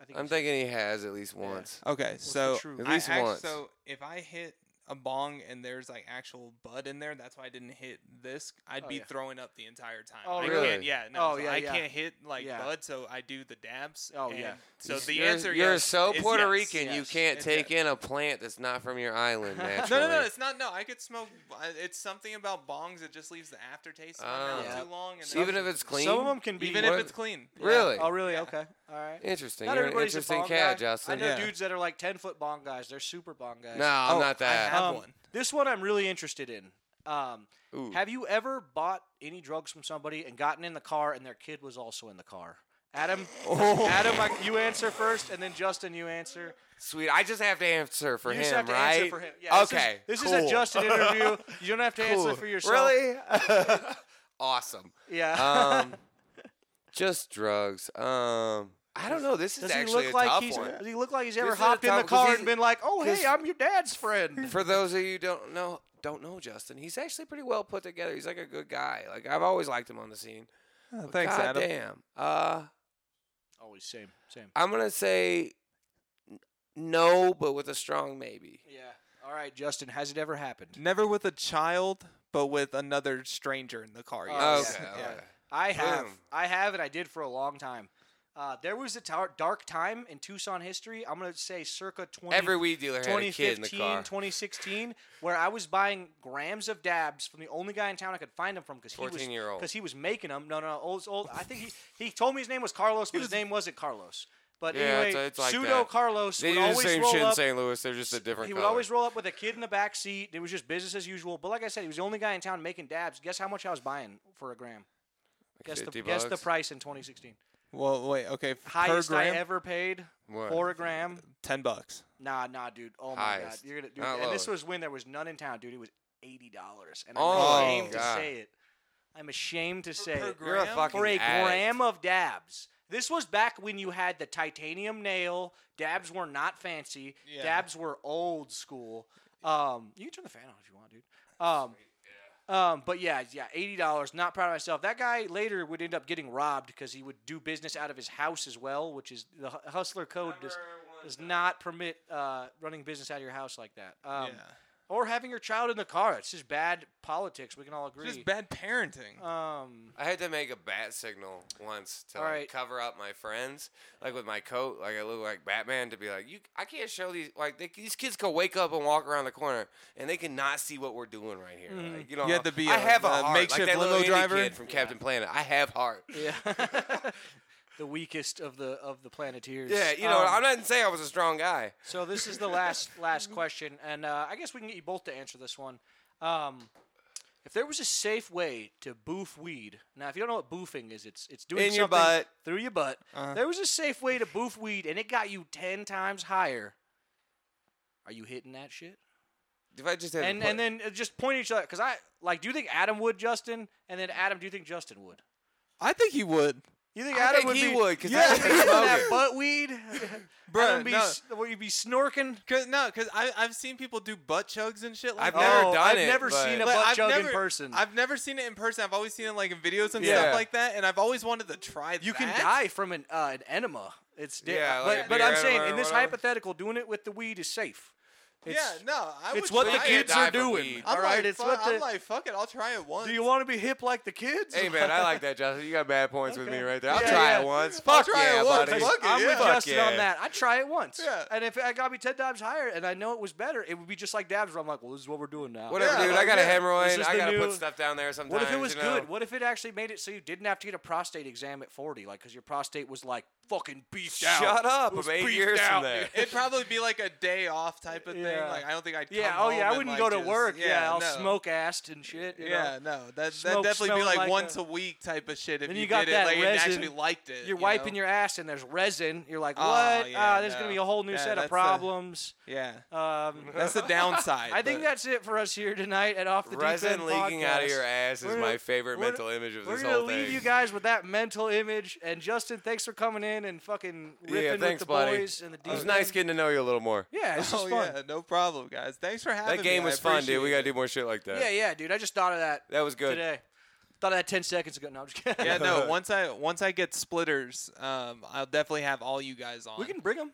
I think. I'm you said- thinking he has at least once. Okay, the so truth? At I least act- once. So if I hit a bong and there's like actual bud in there, that's why I didn't hit this. I'd Oh, be yeah. throwing up the entire time. Oh, I really? Can't, yeah, no, Oh, so yeah, I yeah. can't hit like Yeah. bud, so I do the dabs. Oh, and yeah. So the You're- answer You're yes, so is Puerto yes. Rican, you yes, can't it's take yes. in a plant that's not from [LAUGHS] your island. [LAUGHS] No, naturally. no, no, it's not. No, I could smoke. I- It's something about bongs that just leaves the aftertaste in my mouth Ah. Oh. too long. And So even if then- it's clean. Some of them can be. even What- if it's clean, Yeah. Really? Oh, really? Okay. All right. Interesting. Not You're an everybody's a interesting bong guy. cat, Justin. I know Yeah. dudes that are like ten foot bong guys. They're super bong guys. No, I'm Oh, not I that. have Um, one. This one I'm really interested in. Um, Ooh. have you ever bought any drugs from somebody and gotten in the car and their kid was also in the car? [LAUGHS] Adam, Oh. Adam, I, you answer first, and then Justin, you answer. Sweet. I just have to answer for you him, just have to right? answer for him. Yeah, this is- okay. This is, cool. a Justin [LAUGHS] interview. You don't have to Cool. answer for yourself. Really? awesome. [LAUGHS] Yeah. Um, just drugs. Um, I don't know. This is does he actually look a like tough he's? one. Does he look like he's ever This is a hopped in tough- the 'cause car he's- and been like, "Oh, hey, 'cause- [LAUGHS] I'm your dad's friend"? For those of you who don't know, don't know Justin, he's actually pretty well put together. He's like a good guy. Like I've always liked him on the scene. Oh, But thanks, God Adam. Damn. Uh, Always same, same. I'm gonna say n- no, but with a strong maybe. Yeah. All right, Justin. Has it ever happened? Never with a child, but with another stranger in the car. Oh, yes. okay. yeah. okay. I have. Boom. I have, and I did for a long time. Uh, there was a tar- dark time in Tucson history. I'm going to say circa 20, Every weed dealer had a kid in the 2015, car. 2016, where I was buying grams of dabs from the only guy in town I could find them from because he was 14-year-old. because he was making them. No, no, no, old, old. I think he, he told me his name was Carlos, but his name wasn't Carlos. But Yeah, anyway, it's- it's like pseudo that. Carlos They would do the always same roll shit in up. St. Louis. They're just a different. He would color. always roll up with a kid in the back seat. It was just business as usual. But like I said, he was the only guy in town making dabs. Guess how much I was buying for a gram? Guess the 50 guess the bucks? price in 2016. Well, wait. Okay. f- Highest per I gram, ever paid What? for a gram. ten bucks. Nah, nah, dude. Oh my god, Highest. you're gonna. Dude, Not and this lowest. was when there was none in town, dude. It was eighty dollars, and I'm Oh, ashamed God. to say it. I'm ashamed to say per it. You're a gram? fucking for a addict. gram of dabs. This was back when you had the titanium nail. Dabs were not fancy. Yeah. Dabs were old school. Um, you can turn the fan on if you want, dude. Um, um, but yeah, yeah, eighty dollars. Not proud of myself. That guy later would end up getting robbed because he would do business out of his house as well, which is the hu- hustler code does, does not permit uh, running business out of your house like that. Um, Or having your child in the car. It's just bad politics. We can all agree. Just bad parenting. Uh, um, I had to make a bat signal once to All like, right. cover up my friends, like with my coat, like I look like Batman. To be like, you, I can't show these. Like they, these kids could wake up and walk around the corner, and they cannot see what we're doing right here. Hmm. Like, you know, You had to be I a- have a, a heart. makeshift like that little limo indie driver? kid from Captain Planet. I [LAUGHS] have heart. [LAUGHS] Yeah. the weakest of the of the planeteers. Yeah, you know, Um, I'm not saying I was a strong guy. so this is the [LAUGHS] last last question, and uh, I guess we can get you both to answer this one. Um, if there was a safe way to boof weed, now if you don't know what boofing is, it's it's doing In your something butt. Uh-huh. through your butt. there was a safe way to boof weed, and it got you ten times higher. Are you hitting that shit? If I just had to And put- and then uh, just point at each other, because I like. Do you think Adam would, Justin? And then Adam, do you think Justin would? I think he would. You think I Adam think would he be, would, 'cause you that's think what he'd he's have smoking. butt [LAUGHS] weed, Bruh, Adam be, no. s- will you be snorking? Cause no, cause I I've seen people do butt chugs and shit I've like that. never Oh, done I've it. never but- seen a Like, butt I've chug in never- person. I've never seen it in person. I've always seen it like in videos and Yeah. stuff like that, and I've always wanted to try. you can that. die from an uh, an enema. It's di- Yeah, but like a but beer I'm saying enema in or this whatever. hypothetical, doing it with the weed is safe. It's, yeah, no, I it's would what try the can't it. kids die are from doing. weed. I'm All right, like, it's fuck, what I'm the. like, fuck it, I'll try it once. do you want to be hip like the kids? [LAUGHS] Hey man, [LAUGHS] I like that, Justin. You got bad points with me right there. I'll Yeah, try yeah. it once. I'll Fuck try yeah, it once. buddy. Fuck it, I'm yeah. with Justin yeah. on that. I try it once, Yeah. and if I got me ten times higher, and I know it was better, it would be just like dabs. Where I'm like, well, this is what we're doing now. Whatever, Yeah, dude. I like, got a yeah. This hemorrhoid. is I the gotta new- put stuff down there sometimes. What if it was you know? good? What if it actually made it so you didn't have to get a prostate exam at 40? Like, because your prostate was like fucking beefed out. Shut up! It was I'm eight beefed years out, from there. dude. It'd probably be like a day off type of Yeah. thing. Like I don't think I'd. Come Yeah, oh home yeah, I and, wouldn't like, go to just- work. Yeah, I'll no. smoke assed and shit. You Yeah, know? no, that that Smoke definitely be smelling like, like once a- a, week type of shit. If Then you, you got did that it, like, and resin. actually liked it. You're you wiping know? your ass and there's resin. You're like, what? Oh, yeah, Ah, there's gonna no. be a whole new Yeah, set that's of a- problems. [LAUGHS] Yeah, Um, that's the downside. [LAUGHS] I think [LAUGHS] but- that's it for us here tonight at Off the Deep Resin End leaking out of Podcast. your ass is We're gonna- my favorite we're- mental image of We're this gonna whole leave thing. you guys with that mental image. And Justin, thanks for coming in and fucking ripping yeah, with thanks, the buddy. boys and the it was deep nice end. getting to know you a little more. Yeah, this was Oh fun. yeah, no problem, guys. Thanks for having me. That game I was fun, dude. appreciate We gotta it. do more shit like that. Yeah, yeah, dude. I just thought of that That was good. today. Thought of that ten seconds ago. No, I'm just kidding. [LAUGHS] Yeah, no. Once I once I get splitters, um, I'll definitely have all you guys [LAUGHS] on. we can bring them.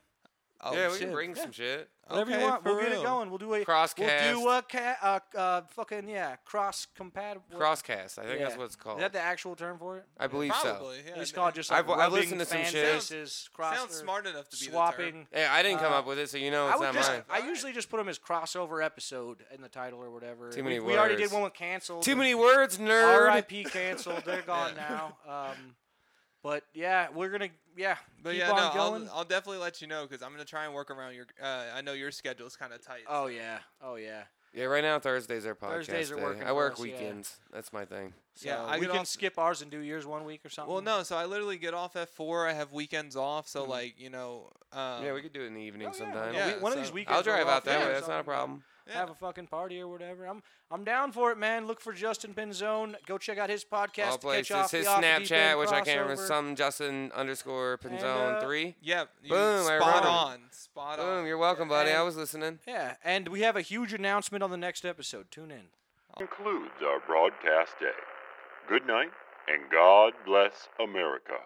Oh, yeah, we shit. can bring some shit. Whatever Okay, you want. for We'll get it real. going. We'll do a Crosscast. We'll do a ca- uh, uh, fucking yeah, cross compatible. Crosscast. I think yeah. that's what it's called. Is that the actual term for it? I believe Probably. so. Yeah. it's called just like I've- I've rubbing listened to some fan shit. faces, cross Sounds or smart enough to be the term. swapping. Hey, I didn't come Uh, up with it, so you know I it's would not just, [LAUGHS] mine. I usually just put them as crossover episode in the title or whatever. Too many we, we already did words. one with canceled. Too many words, nerd. R.I.P. canceled. They're [LAUGHS] gone now. Um, but yeah, we're gonna yeah But keep yeah, on no, going. I'll, I'll definitely let you know because I'm gonna try and work around your. Uh, I know your schedule's kind of tight. Oh yeah. Oh yeah. Yeah, right now Thursdays are podcast Thursdays are day. working I for work us, yeah. weekends. That's my thing. Yeah, So I we could can also- skip ours and do yours one week or something. Oh, Well, no, so I literally get off at four. I have weekends off, so like you know. Um, Mm-hmm. yeah, we could do it in the evening Oh, yeah, sometime. no, we- Yeah, one of so- these weekends. I'll drive we're out off that there way. or That's not a something. problem. have a fucking party or whatever. I'm I'm down for it, man. Look for Justin Pinzone. Go check out his podcast. All to catch off places. the His Off the Deep Snapchat, End which I can't remember. crossover. Some Justin underscore And, Pinzone uh, three. Yeah, you Boom, I spot wrote 'em. on, spot Boom. on. You're welcome, buddy. I and- was listening. Yeah, and we have a huge announcement on the next episode. Tune in. concludes our broadcast day. Good night, and God bless America.